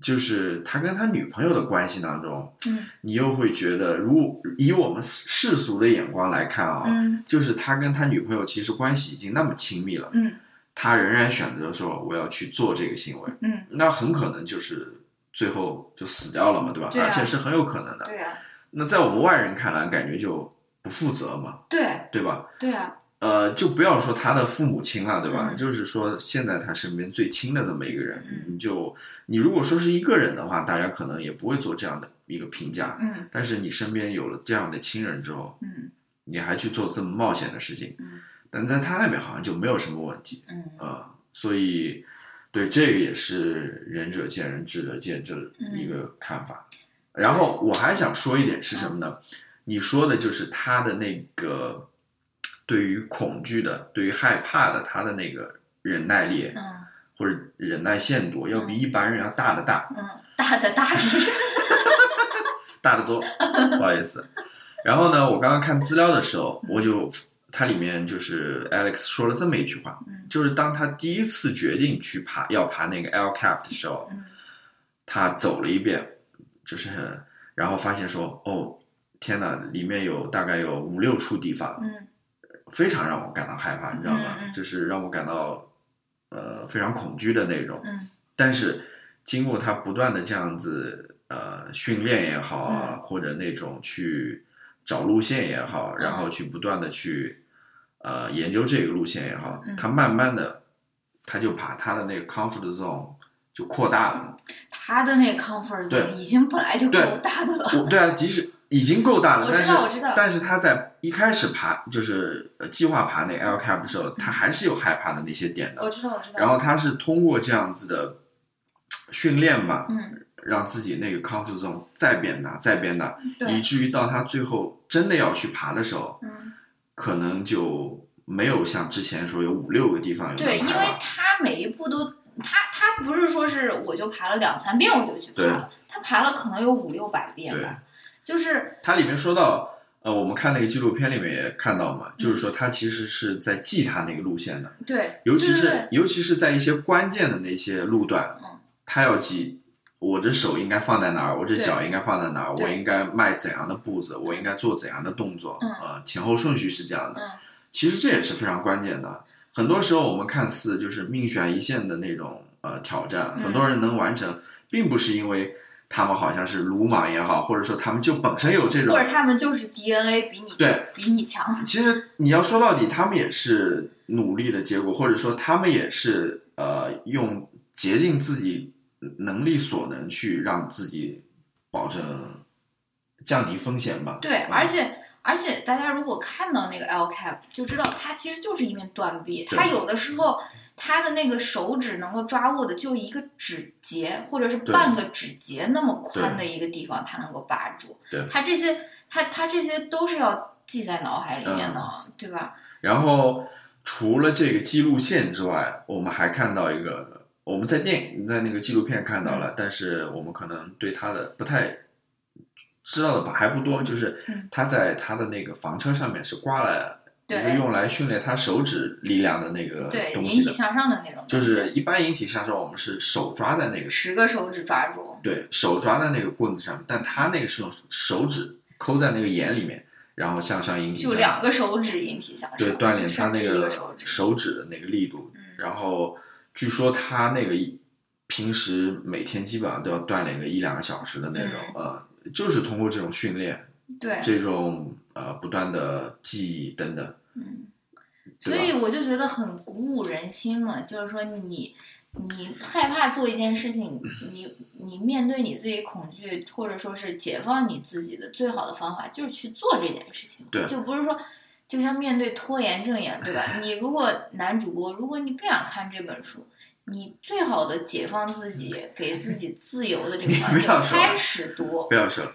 Speaker 2: 就是他跟他女朋友的关系当中，
Speaker 3: 嗯
Speaker 2: 你又会觉得，如以我们世俗的眼光来看啊、
Speaker 3: 嗯
Speaker 2: 就是他跟他女朋友其实关系已经那么亲密了，
Speaker 3: 嗯，
Speaker 2: 他仍然选择说我要去做这个行为，
Speaker 3: 嗯，
Speaker 2: 那很可能就是最后就死掉了嘛，对吧？
Speaker 3: 对啊
Speaker 2: 而且是很有可能的。
Speaker 3: 对啊，
Speaker 2: 那在我们外人看来，感觉就不负责嘛，
Speaker 3: 对
Speaker 2: 对吧？
Speaker 3: 对啊，
Speaker 2: 呃，就不要说他的父母亲啊了，对吧？
Speaker 3: 嗯
Speaker 2: 就是说现在他身边最亲的这么一个人，
Speaker 3: 嗯
Speaker 2: 你就你如果说是一个人的话，大家可能也不会做这样的一个评价。
Speaker 3: 嗯
Speaker 2: 但是你身边有了这样的亲人之后，
Speaker 3: 嗯
Speaker 2: 你还去做这么冒险的事情，
Speaker 3: 嗯
Speaker 2: 但在他那边好像就没有什么问题。
Speaker 3: 嗯
Speaker 2: 啊，所以对这个也是仁者见仁，智者见智一个看法。然后我还想说一点是什么呢？你说的就是他的那个对于恐惧的、对于害怕的，他的那个忍耐力
Speaker 3: 嗯
Speaker 2: 或者忍耐限度，要比一般人要大的大，
Speaker 3: 嗯，大的大是， [LAUGHS]
Speaker 2: 大得多。不好意思。然后呢，我刚刚看资料的时候，我就它里面就是 Alex 说了这么一句话，
Speaker 3: 嗯
Speaker 2: 就是当他第一次决定去爬要爬那个 L Cap 的时候，
Speaker 3: 嗯
Speaker 2: 他走了一遍，就是然后发现说，哦，天哪，里面有大概有五六处地方，
Speaker 3: 嗯
Speaker 2: 非常让我感到害怕，你知道吗？
Speaker 3: 嗯嗯
Speaker 2: 就是让我感到呃非常恐惧的那种。
Speaker 3: 嗯
Speaker 2: 但是经过他不断的这样子呃训练也好啊，
Speaker 3: 嗯
Speaker 2: 或者那种去找路线也好，然
Speaker 3: 嗯
Speaker 2: 后去不断的去呃研究这个路线也好，
Speaker 3: 嗯
Speaker 2: 他慢慢的他就把他的那个 comfort zone 就扩大了。
Speaker 3: 他的那 comfort
Speaker 2: 对
Speaker 3: zone 已经本来就够
Speaker 2: 对
Speaker 3: 大 [LAUGHS] 的了，
Speaker 2: 我对啊，即使已经够大了，
Speaker 3: 我
Speaker 2: 但
Speaker 3: 知
Speaker 2: 是
Speaker 3: 道我知道
Speaker 2: 但是他在一开始爬就是呃计划爬那个 L cap 的时候，他还是有害怕的那些点的。
Speaker 3: 我知道我知道，
Speaker 2: 然后他是通过这样子的训练吧，
Speaker 3: 嗯
Speaker 2: 让自己那个 comfort zone 再变大，再变大，以
Speaker 3: 对，
Speaker 2: 至于到他最后真的要去爬的时候，
Speaker 3: 嗯。
Speaker 2: 可能就没有像之前说有五六个地方有
Speaker 3: 对，
Speaker 2: 能
Speaker 3: 因
Speaker 2: 爬
Speaker 3: 为
Speaker 2: 了。
Speaker 3: 他每一步都，他他不是说是我就爬了两三遍我就去爬
Speaker 2: 对
Speaker 3: 了，他爬了可能有五六百遍
Speaker 2: 对
Speaker 3: 吧，就是
Speaker 2: 它里面说到，呃，我们看那个纪录片里面也看到嘛，就是说他其实是在记他那个路线的，
Speaker 3: 对，
Speaker 2: 尤其
Speaker 3: 对
Speaker 2: 是
Speaker 3: 对
Speaker 2: 尤其是在一些关键的那些路段
Speaker 3: 嗯，
Speaker 2: 他要记。我这手应该放在哪儿？我这
Speaker 3: 对
Speaker 2: 脚应该放在哪儿？我
Speaker 3: 对
Speaker 2: 应该迈怎样的步子？我应该做怎样的动作？
Speaker 3: 嗯
Speaker 2: 呃，前后顺序是这样的。
Speaker 3: 嗯
Speaker 2: 其实这也是非常关键的。很多时候我们看似就是命悬一线的那种呃挑战，
Speaker 3: 嗯
Speaker 2: 很多人能完成，并不是因为他们好像是鲁莽也好，或者说他们就本身有这种
Speaker 3: 或。者他们就是 DNA 比你
Speaker 2: 对
Speaker 3: 比你强，
Speaker 2: 其实你要说到底，他们也是努力的结果，或者说他们也是呃用竭尽自己能力所能去让自己保证降低风险吧。
Speaker 3: 对，
Speaker 2: 嗯
Speaker 3: 而且。而且大家如果看到那个 L cap，就知道它其实就是一面断臂。
Speaker 2: 对
Speaker 3: 它有的时候，它的那个手指能够抓握的就一个指节，或者是
Speaker 2: 对
Speaker 3: 半个指节那么宽的
Speaker 2: 对
Speaker 3: 一个地方，它能够把住。
Speaker 2: 对
Speaker 3: 它这些，它它这些都是要记在脑海里面的，
Speaker 2: 嗯
Speaker 3: 对吧？
Speaker 2: 然后除了这个记录线之外，我们还看到一个，我们在电影在那个纪录片看
Speaker 3: 嗯
Speaker 2: 到了，但是我们可能对他的不太知道的吧还不多，就是
Speaker 3: 嗯
Speaker 2: 他在他的那个房车上面是挂了一
Speaker 3: 对
Speaker 2: 个用来训练他手指力量的那个
Speaker 3: 对，
Speaker 2: 东
Speaker 3: 引
Speaker 2: 西
Speaker 3: 体
Speaker 2: 的，
Speaker 3: 向上的那种东西，
Speaker 2: 就是一般引体向上我们是手抓在那个
Speaker 3: 十个手指抓住，
Speaker 2: 对手抓在那个棍子上面，但他那个是用手指抠在那个眼里面，然后向上引体向上。
Speaker 3: 就两个手指引体向上，
Speaker 2: 对，锻炼他
Speaker 3: 甚
Speaker 2: 那
Speaker 3: 至一
Speaker 2: 个
Speaker 3: 手指。
Speaker 2: 手指的那个力度。
Speaker 3: 嗯
Speaker 2: 然后据说他那个一平时每天基本上都要锻炼个一两个小时的那种，呃，就是通过这种训练，
Speaker 3: 嗯对，
Speaker 2: 这种呃不断的记忆等等，
Speaker 3: 嗯，所
Speaker 2: 对
Speaker 3: 以
Speaker 2: 吧？
Speaker 3: 我就觉得很鼓舞人心嘛，就是说你你害怕做一件事情，你你面对你自己恐惧，或者说是解放你自己的最好的方法，就是去做这件事情，
Speaker 2: 对
Speaker 3: 就不是说。就像面对拖延症一样，
Speaker 2: [LAUGHS]
Speaker 3: 对吧？你如果男主播，如果你不想看这本书，你最好的解放自己，给
Speaker 2: [LAUGHS]
Speaker 3: 自己自由的这
Speaker 2: 嗯
Speaker 3: 个
Speaker 2: 你
Speaker 3: 环
Speaker 2: 不
Speaker 3: 境
Speaker 2: 要，说
Speaker 3: 开始读，
Speaker 2: 不要说了，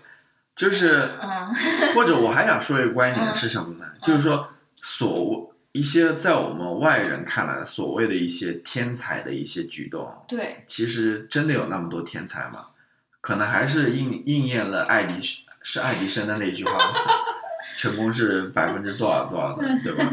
Speaker 2: 就是
Speaker 3: 嗯，
Speaker 2: 或者我还想说一个观点
Speaker 3: 嗯
Speaker 2: 是什么呢？就是说，所谓一些在我们外人看来所谓的一些天才的一些举动，
Speaker 3: 对，
Speaker 2: 其实真的有那么多天才吗？可能还是应应验了爱迪生是爱迪生的那句话 [LAUGHS] 吧，成功是百分之多少多少的，对吧？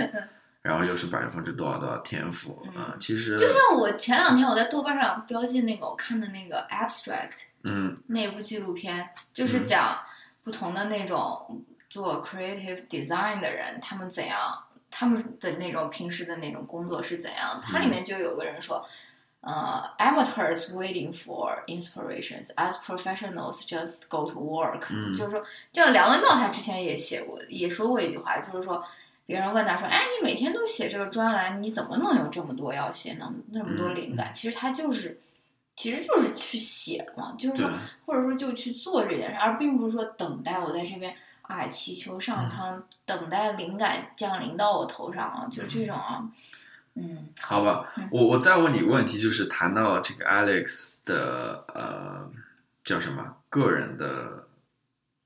Speaker 2: 然后又是百分之多少多少天赋
Speaker 3: 嗯
Speaker 2: 啊、其实
Speaker 3: 就像我前两天我在豆瓣上标记那个我看的那个 abstract，
Speaker 2: 嗯
Speaker 3: 那部纪录片，就是讲不同的那种做 creative design 的人，他们怎样他们的那种平时的那种工作是怎样？它
Speaker 2: 嗯
Speaker 3: 里面就有个人说，呃，amateurs waiting for inspirations as professionals just go to work，、
Speaker 2: 嗯
Speaker 3: 就是说，像梁文道他之前也写过，也说过一句话，就是说。别人问他说：“哎，你每天都写这个专栏，你怎么能有这么多要写，能那么多灵
Speaker 2: 嗯
Speaker 3: 感？”其实他就是，其实就是去写嘛，就是说
Speaker 2: 对，
Speaker 3: 或者说就去做这件事，而并不是说等待我在这边啊祈求
Speaker 2: 嗯
Speaker 3: 上苍，等待灵感降临到我头上啊，就这种啊，嗯，
Speaker 2: 好吧
Speaker 3: 嗯，
Speaker 2: 我我再问你一个问题，就是谈到这个 Alex 的呃叫什么个人的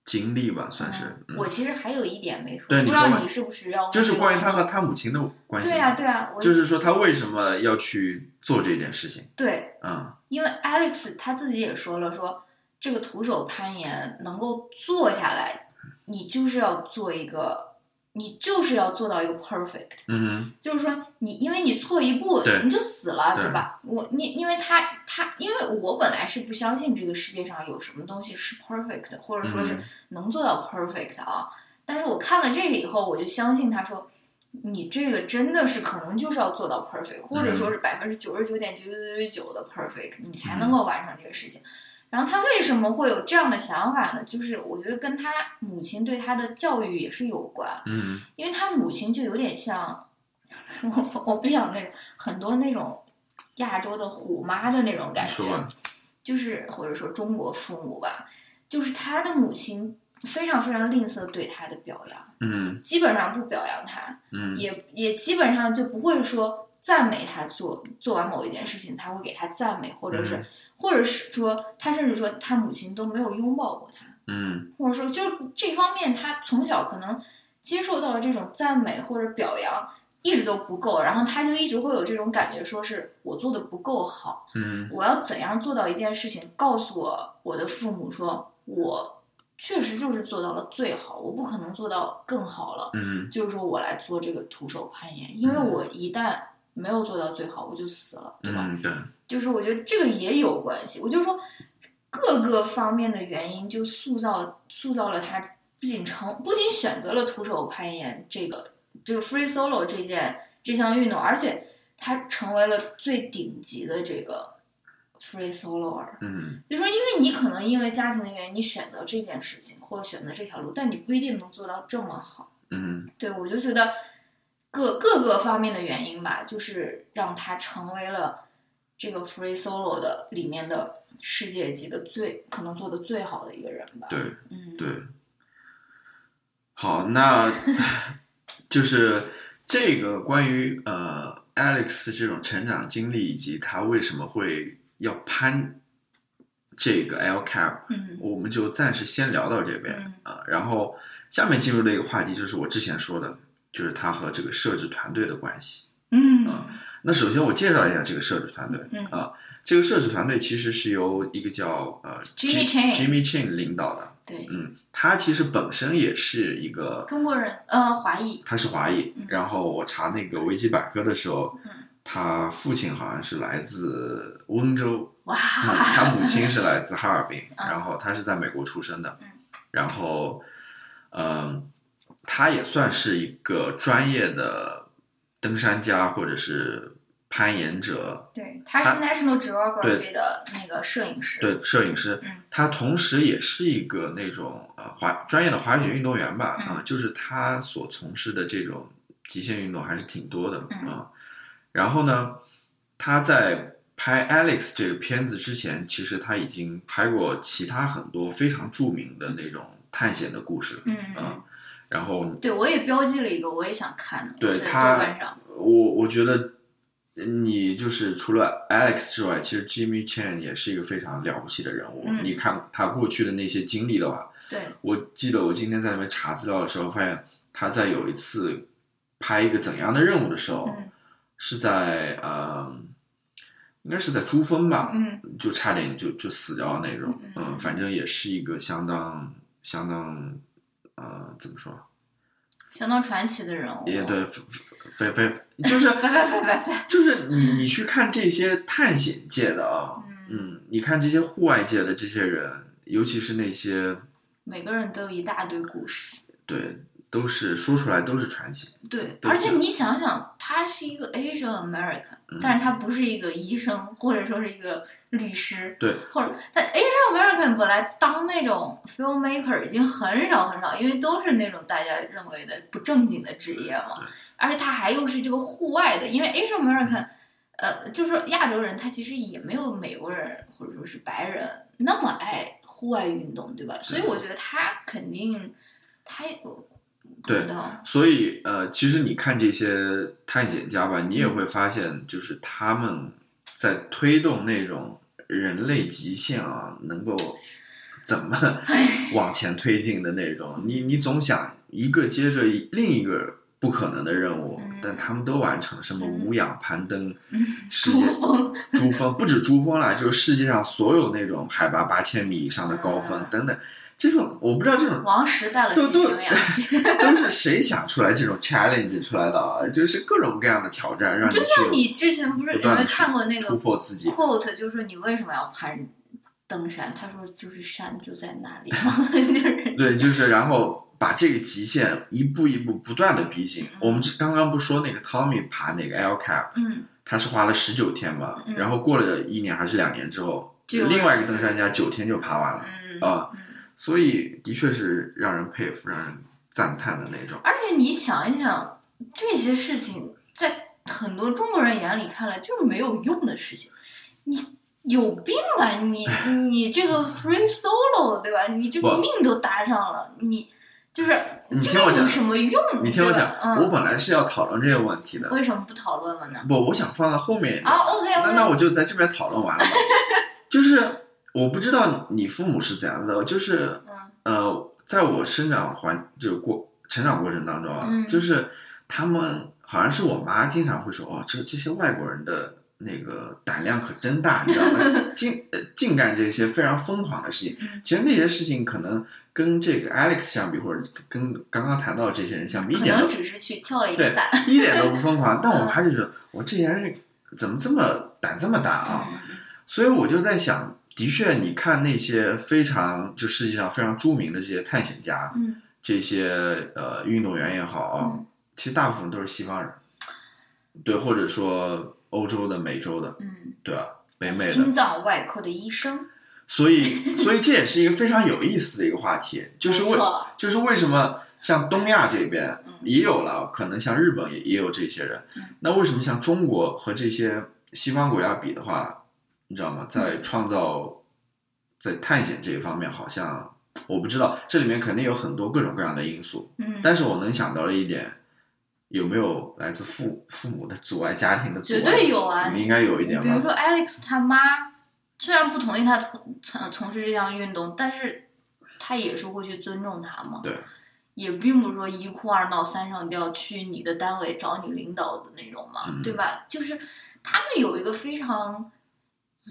Speaker 2: 经历吧，算是，嗯
Speaker 3: 我其实还有一点没说，
Speaker 2: 对
Speaker 3: 不
Speaker 2: 你
Speaker 3: 知
Speaker 2: 说
Speaker 3: 道
Speaker 2: 吧
Speaker 3: 你是不是要问
Speaker 2: 就是
Speaker 3: 这个
Speaker 2: 关于
Speaker 3: 问
Speaker 2: 他和
Speaker 3: 题
Speaker 2: 他母亲的关系，
Speaker 3: 对啊呀、对呀、我
Speaker 2: 就是说他为什么要去做这件事情，
Speaker 3: 对，
Speaker 2: 嗯
Speaker 3: 因为 Alex 他自己也说了说，这个徒手攀岩能够做下来，你就是要做一个，你就是要做到一个 perfect。
Speaker 2: 嗯
Speaker 3: 就是说你因为你错一步
Speaker 2: 对
Speaker 3: 你就死了，
Speaker 2: 对
Speaker 3: 对吧？我你因为他他因为我本来是不相信这个世界上有什么东西是 perfect，的或者说是
Speaker 2: 嗯
Speaker 3: 能做到 perfect 的啊。但是我看了这个以后，我就相信他说。你这个真的是可能就是要做到 perfect，或者
Speaker 2: 嗯
Speaker 3: 说是百分之九十九点九九九九的 perfect，你才能够完成这个事情。然后他为什么会有这样的想法呢？就是我觉得跟他母亲对他的教育也是有关。
Speaker 2: 嗯
Speaker 3: 因为他母亲就有点像，我我不想那个很多那种亚洲的虎妈的那种感
Speaker 2: 说吧
Speaker 3: 觉，就是或者说中国父母吧，就是他的母亲非常非常吝啬对他的表扬，
Speaker 2: 嗯
Speaker 3: 基本上不表扬他，
Speaker 2: 嗯
Speaker 3: 也也基本上就不会说赞美他做做完某一件事情，他会给他赞美，或者是、
Speaker 2: 嗯
Speaker 3: 或者是说他甚至说他母亲都没有拥抱过他。
Speaker 2: 嗯
Speaker 3: 或者说就是这方面，他从小可能接受到的这种赞美或者表扬一直都不够，然后他就一直会有这种感觉，说是我做的不够好，
Speaker 2: 嗯
Speaker 3: 我要怎样做到一件事情，告诉我我的父母说我确实就是做到了最好，我不可能做到更好了，
Speaker 2: 嗯
Speaker 3: 就是说我来做这个徒手攀岩，因为
Speaker 2: 嗯
Speaker 3: 我一旦没有做到最好，我就死了，对吧？
Speaker 2: 嗯，对，
Speaker 3: 就是我觉得这个也有关系。我就说各个方面的原因，就塑造塑造了他不仅成不仅选择了徒手攀岩这个这个 free solo 这件这项运动，而且他成为了最顶级的这个 free soloer。
Speaker 2: 嗯
Speaker 3: 就说，因为你可能因为家庭的原因，你选择这件事情或者选择这条路，但你不一定能做到这么好。
Speaker 2: 嗯
Speaker 3: 对，我就觉得各各个方面的原因吧，就是让他成为了这个 free solo 的里面的世界级的最可能做的最好的一个人吧。
Speaker 2: 对。
Speaker 3: 嗯，
Speaker 2: 对，好，那就是这个关于呃 Alex 这种成长经历，以及他为什么会要攀这个 L cap，
Speaker 3: 嗯
Speaker 2: 我们就暂时先聊到这边
Speaker 3: 嗯
Speaker 2: 啊、然后下面进入的一个话题就是我之前说的，就是他和这个摄制团队的关系。
Speaker 3: 嗯
Speaker 2: 那首先我介绍一下这个摄制团队啊、
Speaker 3: 嗯
Speaker 2: 这个摄制团队其实是由一个叫呃
Speaker 3: Jimmy
Speaker 2: Jim-
Speaker 3: Chin
Speaker 2: Jimmy Chin 领导的。
Speaker 3: 对，
Speaker 2: 嗯，他其实本身也是一个，
Speaker 3: 中国人呃华裔，
Speaker 2: 他是华裔
Speaker 3: 嗯。
Speaker 2: 然后我查那个维基百科的时候
Speaker 3: 嗯，
Speaker 2: 他父亲好像是来自温州，
Speaker 3: 哇，
Speaker 2: 嗯他
Speaker 3: [LAUGHS]
Speaker 2: 母亲是来自哈尔滨，
Speaker 3: 嗯
Speaker 2: 然后他是在美国出生的
Speaker 3: 嗯。
Speaker 2: 然后，嗯，他也算是一个专业的登山家或者是攀岩者，
Speaker 3: 对，他是 National Geography
Speaker 2: 对
Speaker 3: 的那个摄影师，
Speaker 2: 对，摄影师
Speaker 3: 嗯，
Speaker 2: 他同时也是一个那种呃滑专业的滑雪运动员吧，啊、
Speaker 3: 嗯
Speaker 2: 就是他所从事的这种极限运动还是挺多的啊、
Speaker 3: 嗯
Speaker 2: 然后呢，他在拍 Alex 这个片子之前，其实他已经拍过其他很多非常著名的那种探险的故事，
Speaker 3: 嗯
Speaker 2: 啊、然后
Speaker 3: 对我也标记了一个，我也想看的，
Speaker 2: 对
Speaker 3: 在
Speaker 2: 他
Speaker 3: 豆瓣上，
Speaker 2: 我我觉得你就是除了 Alex 之外，其实 Jimmy Chan 也是一个非常了不起的人物。
Speaker 3: 嗯
Speaker 2: 你看他过去的那些经历的话，
Speaker 3: 对，
Speaker 2: 我记得我今天在那边查资料的时候，发现他在有一次拍一个怎样的任务的时候，
Speaker 3: 嗯
Speaker 2: 是在呃，应该是在珠峰吧，
Speaker 3: 嗯
Speaker 2: 就差点就就死掉那种。
Speaker 3: 嗯
Speaker 2: 嗯，反正也是一个相当相当呃，怎么说？
Speaker 3: 相当传奇的人物，
Speaker 2: 也对，非非非非就是。
Speaker 3: [LAUGHS] 拜拜拜拜拜，
Speaker 2: 就是你你去看这些探险界的啊，
Speaker 3: 嗯，
Speaker 2: 嗯，你看这些户外界的这些人，尤其是那些
Speaker 3: 每个人都有一大堆故事，
Speaker 2: 对都是说出来都是传奇。
Speaker 3: 对，
Speaker 2: 对
Speaker 3: 而且
Speaker 2: 对
Speaker 3: 你想想，他是一个 Asian American，、
Speaker 2: 嗯
Speaker 3: 但是他不是一个医生，或者说是一个律师，
Speaker 2: 对，
Speaker 3: 或者但 Asian American 本来当那种 filmmaker 已经很少很少，因为都是那种大家认为的不正经的职业嘛，而且他还又是这个户外的，因为 Asian American，呃，就是说亚洲人他其实也没有美国人或者说是白人那么爱户外运动，对吧？所以我觉得他肯定他也不知道。
Speaker 2: 所以呃，其实你看这些探险家吧，你也会发现，就是他们在推动那种人类极限啊，能够怎么往前推进的那种。你你总想一个接着一另一个不可能的任务
Speaker 3: 嗯，
Speaker 2: 但他们都完成，什么
Speaker 3: 嗯
Speaker 2: 无氧攀登、世界
Speaker 3: 珠峰，
Speaker 2: 珠峰，不止珠峰啦，就是世界上所有那种海拔八千米以上的高峰
Speaker 3: 嗯
Speaker 2: 等等。这种我不知道这种
Speaker 3: 王石带了
Speaker 2: 都
Speaker 3: 几
Speaker 2: 都
Speaker 3: 瓶氧气。
Speaker 2: [LAUGHS] 都是谁想出来这种 challenge 出来的啊？就是各种各样的挑战，让你
Speaker 3: 就像
Speaker 2: 去
Speaker 3: 你之前不是
Speaker 2: 不
Speaker 3: 有
Speaker 2: 断
Speaker 3: 没
Speaker 2: 地
Speaker 3: 有
Speaker 2: 去
Speaker 3: 看过那个
Speaker 2: 突破自己。
Speaker 3: quote 就是说你为什么要攀登山？他说就是山就在那
Speaker 2: [LAUGHS]
Speaker 3: 里嘛，就是
Speaker 2: 对，就是然后把这个极限一步一步不断的逼近。我们这刚刚不说那个 Tommy 爬那个 L Cap，
Speaker 3: 嗯，
Speaker 2: 他是花了十九天嘛，
Speaker 3: 嗯
Speaker 2: 然后过了一年还是两年之后，
Speaker 3: 就有
Speaker 2: 另外一个登山家九天就爬完了
Speaker 3: 嗯
Speaker 2: 啊、
Speaker 3: 嗯
Speaker 2: 所以的确是让人佩服、让人赞叹的那种。
Speaker 3: 而且你想一想，这些事情在很多中国人眼里看来就是没有用的事情，你。有病吧你！你
Speaker 2: [LAUGHS]
Speaker 3: 这个 free solo 对吧？你这个
Speaker 2: 不
Speaker 3: 命都搭上了，你就是
Speaker 2: 你
Speaker 3: 这
Speaker 2: 听我
Speaker 3: 个有
Speaker 2: 讲
Speaker 3: 什么用？
Speaker 2: 你听我
Speaker 3: 对
Speaker 2: 讲
Speaker 3: 吧，
Speaker 2: 我
Speaker 3: 嗯，
Speaker 2: 本来是要讨论这个问题的，
Speaker 3: 为什么不讨论了呢？
Speaker 2: 不，我想放到后面一点
Speaker 3: 啊，OK，
Speaker 2: 那
Speaker 3: OK，
Speaker 2: 那我就在这边讨论
Speaker 3: [LAUGHS]
Speaker 2: 完了吧。就是我不知道你父母是怎样的，就是
Speaker 3: 嗯
Speaker 2: 呃，在我生长环就过成长过程当中啊，
Speaker 3: 嗯
Speaker 2: 就是他们好像是我妈经常会说哦，这这些外国人的。那个胆量可真大，你知道吗？
Speaker 3: [LAUGHS]
Speaker 2: 尽呃尽干这些非常疯狂的事情
Speaker 3: 嗯。
Speaker 2: 其实那些事情可能跟这个 Alex 相比，或者跟刚刚谈到的这些人相比，一
Speaker 3: 可
Speaker 2: 点都
Speaker 3: 能只是去跳了一
Speaker 2: 对
Speaker 3: 个伞。， [LAUGHS]
Speaker 2: [LAUGHS] 一点都不疯
Speaker 3: 嗯
Speaker 2: 狂。但我还是觉得，我这些人怎么这么胆这么大啊？
Speaker 3: 嗯
Speaker 2: 所以我就在想，的确，你看那些非常就世界上非常著名的这些探险家，
Speaker 3: 嗯，
Speaker 2: 这些呃运动员也好，
Speaker 3: 嗯
Speaker 2: 其实大部分都是西方人，对，或者说欧洲的、美洲的，
Speaker 3: 嗯，
Speaker 2: 对吧、北美的，
Speaker 3: 心脏外科的医生，
Speaker 2: 所以，所以这也是一个非常有意思的一个话题，就是
Speaker 3: 没
Speaker 2: 为
Speaker 3: 错
Speaker 2: 就是为什么像东亚这边
Speaker 3: 嗯
Speaker 2: 也有了，可能像日本也也有这些人
Speaker 3: 嗯，
Speaker 2: 那为什么像中国和这些西方国家比的话，你知道吗？在
Speaker 3: 嗯
Speaker 2: 创造在探险这一方面，好像我不知道，这里面肯定有很多各种各样的因素，
Speaker 3: 嗯，
Speaker 2: 但是我能想到的一点。有没有来自父父母的阻碍、家庭的阻碍？
Speaker 3: 绝对有啊
Speaker 2: 你应该有一点吧。
Speaker 3: 比如说 Alex 他妈，虽然不同意他从从从事这项运动，但是他也是会去尊重他嘛，
Speaker 2: 对，
Speaker 3: 也并不是说一哭二闹三上吊去你的单位找你领导的那种嘛，
Speaker 2: 嗯
Speaker 3: 对吧？就是他们有一个非常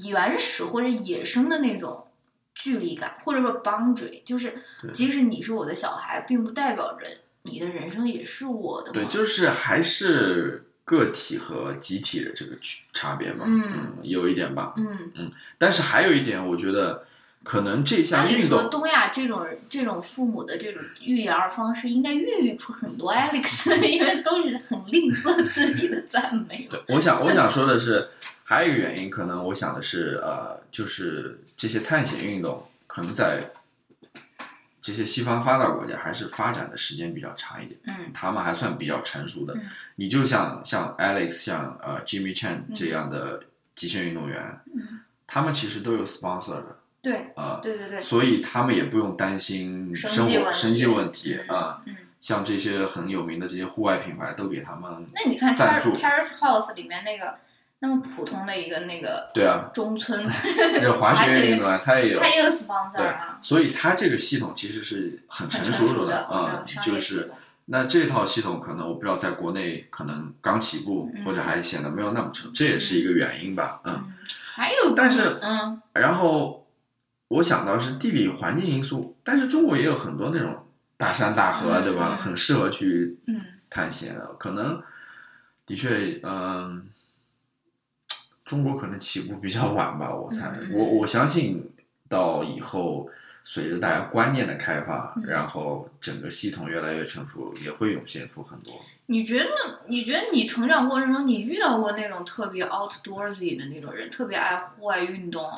Speaker 3: 原始或者野生的那种距离感，或者说 boundary，就是
Speaker 2: 对
Speaker 3: 即使你是我的小孩，并不代表着你的人生也是我的嘛。
Speaker 2: 对，就是还是个体和集体的这个区差别吧，
Speaker 3: 嗯
Speaker 2: 有一点吧。
Speaker 3: 嗯。
Speaker 2: 但是还有一点，我觉得可能这
Speaker 3: 按
Speaker 2: 项
Speaker 3: 理
Speaker 2: 运
Speaker 3: 说，
Speaker 2: 动，
Speaker 3: 东亚这种这种父母的这种育儿方式，应该孕育出很多 Alex，因 [LAUGHS] 为都是很吝啬自己的赞美嘛。
Speaker 2: 对，我想
Speaker 3: 嗯
Speaker 2: 我想说的是，还有一个原因，可能我想的是，呃，就是这些探险运动可能在这些西方发达国家还是发展的时间比较长一点。
Speaker 3: 嗯
Speaker 2: 他们还算比较成熟的
Speaker 3: 嗯。
Speaker 2: 你就像像 Alex、像呃 Jimmy Chan
Speaker 3: 嗯
Speaker 2: 这样的极限运动员，
Speaker 3: 嗯，
Speaker 2: 他们其实都有 sponsor 的，
Speaker 3: 对
Speaker 2: 呃，
Speaker 3: 对对对，
Speaker 2: 所以他们也不用担心
Speaker 3: 生
Speaker 2: 生
Speaker 3: 计
Speaker 2: 活
Speaker 3: 问
Speaker 2: 生计
Speaker 3: 题
Speaker 2: 问题啊。
Speaker 3: 嗯，
Speaker 2: 像这些很有名的这些户外品牌都给他们，
Speaker 3: 那你看《
Speaker 2: 赞
Speaker 3: Ter
Speaker 2: 助
Speaker 3: Terrace House》里面那个那么普通的一个那个
Speaker 2: 对啊，
Speaker 3: 中村，
Speaker 2: 那
Speaker 3: [LAUGHS]
Speaker 2: 个滑
Speaker 3: 还
Speaker 2: 雪
Speaker 3: 是
Speaker 2: 运动员他也有
Speaker 3: 他，也有 sponsor
Speaker 2: 对
Speaker 3: 啊，，
Speaker 2: 所以他这个系统其实是很
Speaker 3: 很
Speaker 2: 成
Speaker 3: 成熟
Speaker 2: 的，
Speaker 3: 嗯
Speaker 2: 嗯，
Speaker 3: 商
Speaker 2: 就
Speaker 3: 业系
Speaker 2: 是
Speaker 3: 统。
Speaker 2: 那这套系统可能我不知道在国内可能刚起步
Speaker 3: 嗯
Speaker 2: 或者还显得没有那么成，这也是一个原因吧，嗯。
Speaker 3: 嗯，还有，
Speaker 2: 但是
Speaker 3: 嗯，
Speaker 2: 然后我想到是地理环境因素，但是中国也有很多那种大山大河，
Speaker 3: 嗯
Speaker 2: 对吧？
Speaker 3: 嗯
Speaker 2: 很适合去
Speaker 3: 嗯
Speaker 2: 探险的，可能的确，嗯、中国可能起步比较晚吧，我猜，
Speaker 3: 嗯嗯
Speaker 2: 我我相信到以后随着大家观念的开发，
Speaker 3: 嗯
Speaker 2: 然后整个系统越来越成熟，也会涌现出很多。
Speaker 3: 你觉得？你觉得你成长过程中，你遇到过那种特别 outdoorsy 的那种人，特别爱户外运动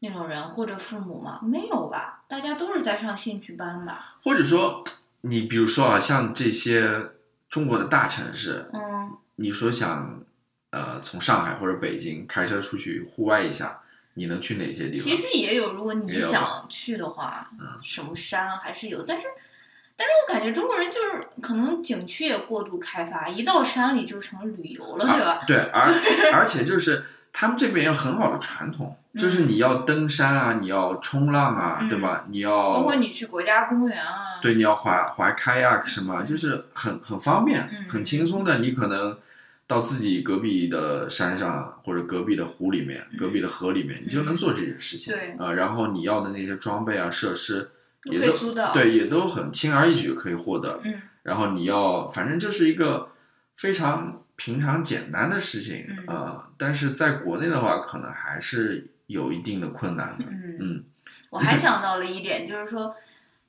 Speaker 3: 那种人，或者父母吗？没有吧？大家都是在上兴趣班吧？
Speaker 2: 或者说，你比如说啊，像这些中国的大城市，
Speaker 3: 嗯，
Speaker 2: 你说想呃从上海或者北京开车出去户外一下，你能去哪些地
Speaker 3: 其
Speaker 2: 方？
Speaker 3: 实也有，如果你
Speaker 2: 也有吧
Speaker 3: 想去的话，
Speaker 2: 嗯
Speaker 3: 什么山还是有，但是。但是我感觉中国人就是可能景区也过度开发，一到山里就成旅游了，对吧？
Speaker 2: [LAUGHS] 对，而而且就是他们这边有很好的传统，就是你要登山啊，你要冲浪啊，
Speaker 3: 嗯
Speaker 2: 对吧？你要
Speaker 3: 包括你去国家公园啊，
Speaker 2: 对，你要划划 kayak 什么，就是很很方便
Speaker 3: 嗯、
Speaker 2: 很轻松的。你可能到自己隔壁的山上，或者隔壁的湖里面、
Speaker 3: 嗯
Speaker 2: 隔壁的河里面，你就能做这些事情。
Speaker 3: 对
Speaker 2: 啊、然后你要的那些装备啊、设施
Speaker 3: 都
Speaker 2: 也
Speaker 3: 可以
Speaker 2: 都
Speaker 3: 租到
Speaker 2: 对，也都很轻而易举可以获得。
Speaker 3: 嗯
Speaker 2: 然后你要，反正就是一个非常平常简单的事情
Speaker 3: 嗯
Speaker 2: 啊、呃但是在国内的话，可能还是有一定的困难
Speaker 3: [LAUGHS]
Speaker 2: 的。
Speaker 3: 嗯
Speaker 2: 嗯，
Speaker 3: 我还想到了一点，就是说，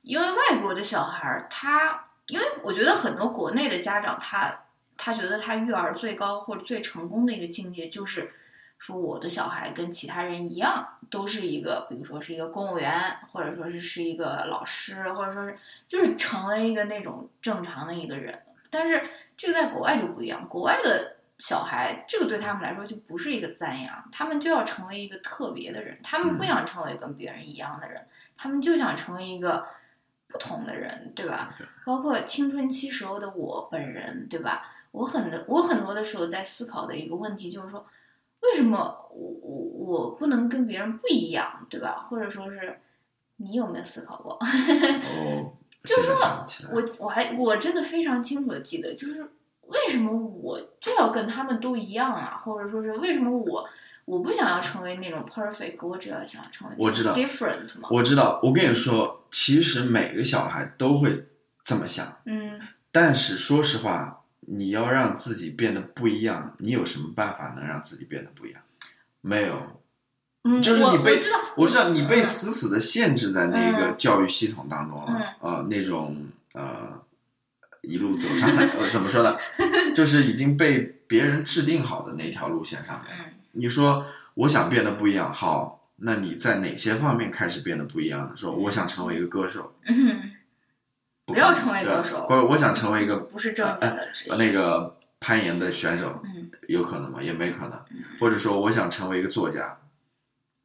Speaker 3: 因为外国的小孩儿，他因为我觉得很多国内的家长他，他觉得他育儿最高或者最成功的一个境界，就是说我的小孩跟其他人一样，都是一个，比如说是一个公务员，或者说是是一个老师，或者说是就是成为一个那种正常的一个人。但是这个在国外就不一样，国外的小孩，这个对他们来说就不是一个赞扬，他们就要成为一个特别的人，他们不想成为跟别人一样的人，他们就想成为一个不同的人，对吧？
Speaker 2: 对
Speaker 3: 包括青春期时候的我本人，对吧？我很我很多的时候在思考的一个问题就是说，为什么我我我不能跟别人不一样，对吧？或者说是你有没有思考过？ [LAUGHS]
Speaker 2: 哦，
Speaker 3: 就
Speaker 2: 现在
Speaker 3: 说
Speaker 2: 想不起来
Speaker 3: 我我还我真的非常清楚的记得，就是为什么我就要跟他们都一样啊，或者说是为什么我我不想要成为那种 perfect，我只要想成为
Speaker 2: 我知道
Speaker 3: different 嘛，
Speaker 2: 我知道，我跟你说，其实每个小孩都会这么想，
Speaker 3: 嗯
Speaker 2: 但是说实话，你要让自己变得不一样，你有什么办法能让自己变得不一样？没有，
Speaker 3: 嗯，
Speaker 2: 就是
Speaker 3: 我
Speaker 2: 你被
Speaker 3: 我知道
Speaker 2: 我知道你被
Speaker 3: 嗯
Speaker 2: 死死的限制在那个
Speaker 3: 嗯
Speaker 2: 教育系统当中了，呃，那种呃，一路走上来，呃，怎么说呢？就是已经被别人制定好的那条路线上面。
Speaker 3: 嗯
Speaker 2: 你说我想变得不一样，好，那你在哪些方面开始变得不一样呢？说我想成为一个歌手，
Speaker 3: 嗯，不要成为
Speaker 2: 对吧
Speaker 3: 歌手，
Speaker 2: 或者我想成为一个
Speaker 3: 不是正经的职业，
Speaker 2: 呃那个攀岩的选手，
Speaker 3: 嗯
Speaker 2: 有可能吗？也没可能
Speaker 3: 嗯。
Speaker 2: 或者说我想成为一个作家，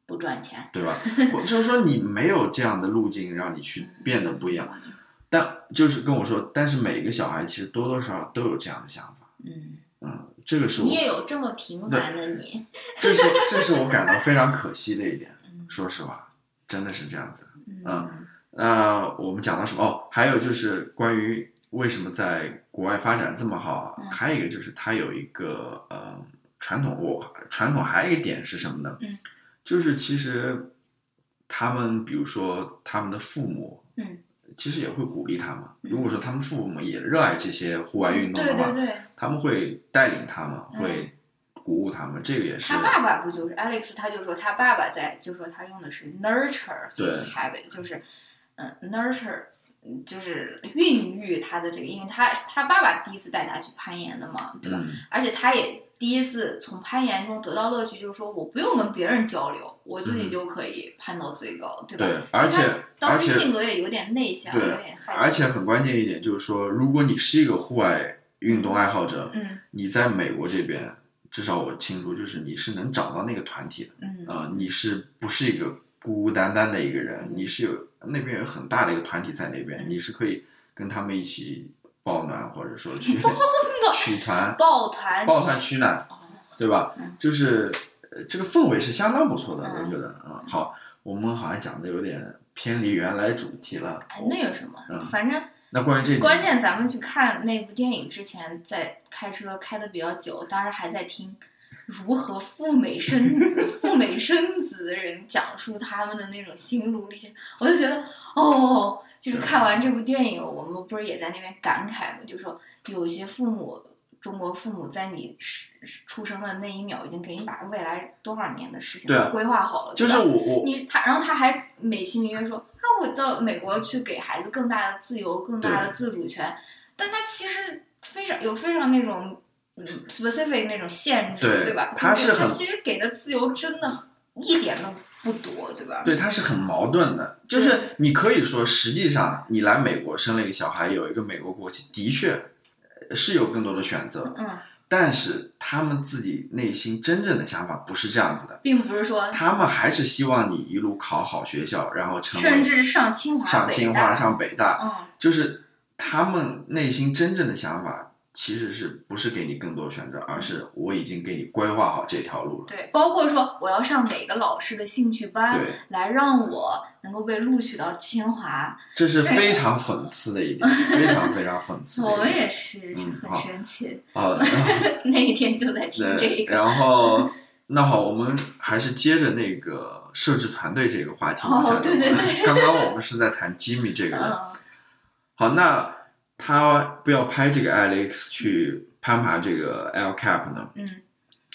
Speaker 3: 不赚钱，
Speaker 2: 对吧？或就是说你没有这样的路径让你去变得不一样，但就是跟我说，但是每个小孩其实多多少少都有这样的想法。
Speaker 3: 嗯，
Speaker 2: 嗯，这个是我
Speaker 3: 你也有这么平凡的你，
Speaker 2: 这是这是我感到非常可惜的一点
Speaker 3: [LAUGHS] 嗯。
Speaker 2: 说实话，真的是这样子。啊
Speaker 3: 嗯
Speaker 2: 那我们讲到什么？哦，还有就是关于为什么在国外发展这么好啊
Speaker 3: 嗯？
Speaker 2: 还有一个就是它有一个呃传统，我传统还有一个点是什么呢？
Speaker 3: 嗯，
Speaker 2: 就是其实他们比如说他们的父母，
Speaker 3: 嗯，
Speaker 2: 其实也会鼓励他们。
Speaker 3: 嗯
Speaker 2: 如果说他们父母也热爱这些户外运动
Speaker 3: 对
Speaker 2: 的话，
Speaker 3: 对对，
Speaker 2: 他们会带领他们，
Speaker 3: 嗯
Speaker 2: 会鼓舞他们。这个也是
Speaker 3: 他爸爸不就是 Alex？他就说他爸爸在，就说他用的是 nurture
Speaker 2: 对
Speaker 3: his habit，就是嗯 nurture，嗯就是孕育他的这个，因为他他爸爸第一次带他去攀岩的嘛，对吧？
Speaker 2: 嗯
Speaker 3: 而且他也第一次从攀岩中得到乐趣，就是说我不用跟别人交流，我自己就可以攀到最高，对吧？
Speaker 2: 嗯对，而且
Speaker 3: 他
Speaker 2: 而
Speaker 3: 当
Speaker 2: 且
Speaker 3: 时性格也有点内向，有
Speaker 2: 对
Speaker 3: 点害羞，
Speaker 2: 而且很关键一点就是说，如果你是一个户外运动爱好者，
Speaker 3: 嗯
Speaker 2: 你在美国这边，至少我清楚，就是你是能找到那个团体的，
Speaker 3: 嗯
Speaker 2: 呃，你是不是一个孤孤单单的一个人？你是有那边有很大的一个团体在那边，
Speaker 3: 嗯
Speaker 2: 你是可以跟他们一起抱暖，或者
Speaker 3: [LAUGHS]
Speaker 2: 说 [LAUGHS] 去取团、
Speaker 3: 抱团
Speaker 2: 抱团取暖，
Speaker 3: 哦
Speaker 2: 对吧
Speaker 3: 嗯？
Speaker 2: 就是呃这个氛围是相当不错的，
Speaker 3: 嗯
Speaker 2: 我觉得啊、好，我们好像讲的有点偏离原来主题了。
Speaker 3: 哎那有什么？
Speaker 2: 嗯
Speaker 3: 反正。
Speaker 2: 那关于这一点
Speaker 3: 关键咱们去看那部电影之前，在开车开的比较久，当时还在听如何赴美生子、赴美生子的人讲述他们的那种心路历程，我就觉得哦，就是看完这部电影，我们不是也在那边感慨嘛，就说有些父母，中国父母在你是出生的那一秒已经给你把未来多少年的事情
Speaker 2: 对啊
Speaker 3: 都规划好了，
Speaker 2: 就
Speaker 3: 对
Speaker 2: 是
Speaker 3: 吧
Speaker 2: 我我
Speaker 3: 你他，然后他还美其名曰说，那我到美国去给孩子更大的自由、更大的自主权，但他其实非常有非常那种嗯 specific 那种限制，
Speaker 2: 对
Speaker 3: 对吧？
Speaker 2: 他是很
Speaker 3: 他其实给的自由真的一点都不多，对吧？
Speaker 2: 对，它是很矛盾的。就是你可以说，实际上你来美国生了一个小孩，有一个美国国籍，的确呃是有更多的选择。
Speaker 3: 嗯，
Speaker 2: 但是他们自己内心真正的想法不是这样子的，
Speaker 3: 并不是说
Speaker 2: 他们还是希望你一路考好学校，然后成
Speaker 3: 甚
Speaker 2: 为
Speaker 3: 至上清华、
Speaker 2: 上清华、
Speaker 3: 北大
Speaker 2: 上北大，
Speaker 3: 嗯，
Speaker 2: 就是他们内心真正的想法，其实是不是给你更多选择，而是我已经给你规划好这条路了。
Speaker 3: 对，包括说我要上哪个老师的兴趣班，
Speaker 2: 对，
Speaker 3: 来让我能够被录取到清华，
Speaker 2: 这是非常讽刺的一点，非常非常讽刺的一
Speaker 3: [LAUGHS] 我
Speaker 2: 点。
Speaker 3: 们也是
Speaker 2: 嗯
Speaker 3: 很
Speaker 2: 好
Speaker 3: 神奇，
Speaker 2: 啊，然
Speaker 3: [LAUGHS]
Speaker 2: 后
Speaker 3: 那一天就在听这
Speaker 2: 对，
Speaker 3: 个。
Speaker 2: 然后那好，我们还是接着那个设置团队这个话题往
Speaker 3: 哦
Speaker 2: 下聊
Speaker 3: 对对对
Speaker 2: 刚刚我们是在谈 Jimmy 这个人，
Speaker 3: 嗯，
Speaker 2: 好，那他不要拍这个 Alex 去攀爬这个 L Cap 呢？
Speaker 3: 嗯，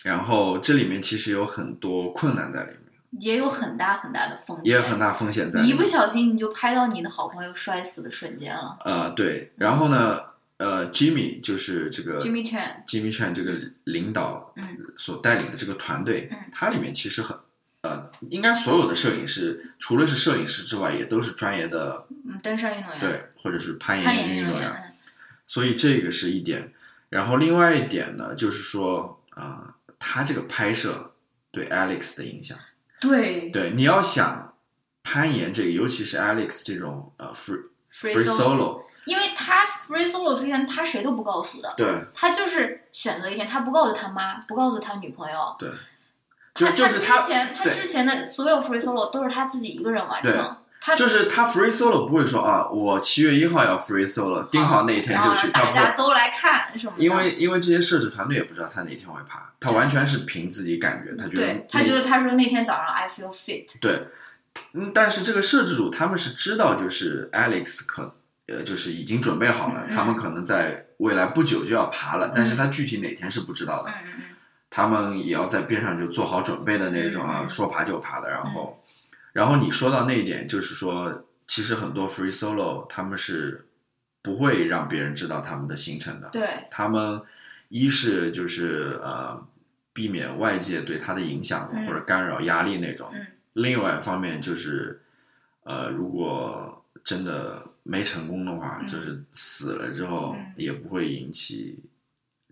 Speaker 2: 然后这里面其实有很多困难在里面，
Speaker 3: 也有很大很大的风险，
Speaker 2: 也有很大风险在
Speaker 3: 你
Speaker 2: 里
Speaker 3: 一不
Speaker 2: 面。
Speaker 3: 小心你就拍到你的好朋友摔死的瞬间了。
Speaker 2: 呃，对，然后呢，呃，Jimmy 就是这个
Speaker 3: Jimmy Chan，
Speaker 2: Jimmy Chan 这个领导
Speaker 3: 嗯
Speaker 2: 所带领的这个团队，
Speaker 3: 嗯
Speaker 2: 它里面其实很呃，应该所有的摄影师，除了是摄影师之外，也都是专业的
Speaker 3: 嗯，登山运动员，，
Speaker 2: 对，或者是攀
Speaker 3: 攀岩
Speaker 2: 岩运
Speaker 3: 动
Speaker 2: 动员，，所以这个是一点。然后另外一点呢，就是说啊、呃，他这个拍摄对 Alex 的影响，
Speaker 3: 对
Speaker 2: 对，你要想攀岩这个，尤其是 Alex 这种呃 free
Speaker 3: ，free
Speaker 2: free
Speaker 3: solo，
Speaker 2: solo，
Speaker 3: 因为他 free solo 之前他谁都不告诉的，
Speaker 2: 对
Speaker 3: 他就是选择一天，他不告诉他妈，不告诉他女朋友，
Speaker 2: 对，就
Speaker 3: 他
Speaker 2: 就是
Speaker 3: 他
Speaker 2: 他
Speaker 3: 之前他
Speaker 2: 对
Speaker 3: 之前的所有 free solo 都是他自己一个人完
Speaker 2: 对
Speaker 3: 成，他
Speaker 2: 就是他 free solo 不会说啊，我七月一号要 free solo，定好那一天
Speaker 3: 啊然
Speaker 2: 就
Speaker 3: 后
Speaker 2: 去。他
Speaker 3: 大
Speaker 2: 不
Speaker 3: 家啊
Speaker 2: 会，
Speaker 3: 都来看什么的，
Speaker 2: 因为因为这些设置团队也不知道他哪天会爬，他完全是凭自己感觉，他觉得
Speaker 3: 嗯对他
Speaker 2: 那
Speaker 3: 觉得他说那天早上 I feel fit，
Speaker 2: 对，嗯，但是这个摄制组他们是知道，就是 Alex 可呃就是已经准备好了，
Speaker 3: 嗯
Speaker 2: 他们可能在未来不久就要爬了，但是他具体哪天是不知道的
Speaker 3: 嗯，嗯嗯，
Speaker 2: 他们也要在边上就做好准备的那种啊，
Speaker 3: 嗯
Speaker 2: 说爬就爬的。然后，然后你说到那一点，就是说，其实很多 free solo 他们是不会让别人知道他们的行程的。
Speaker 3: 对，
Speaker 2: 他们一是就是呃，避免外界对他的影响
Speaker 3: 嗯
Speaker 2: 或者干扰、压力那种。
Speaker 3: 嗯
Speaker 2: 另外一方面就是，呃，如果真的没成功的话，
Speaker 3: 嗯
Speaker 2: 就是死了之后、
Speaker 3: 嗯
Speaker 2: 也不会引起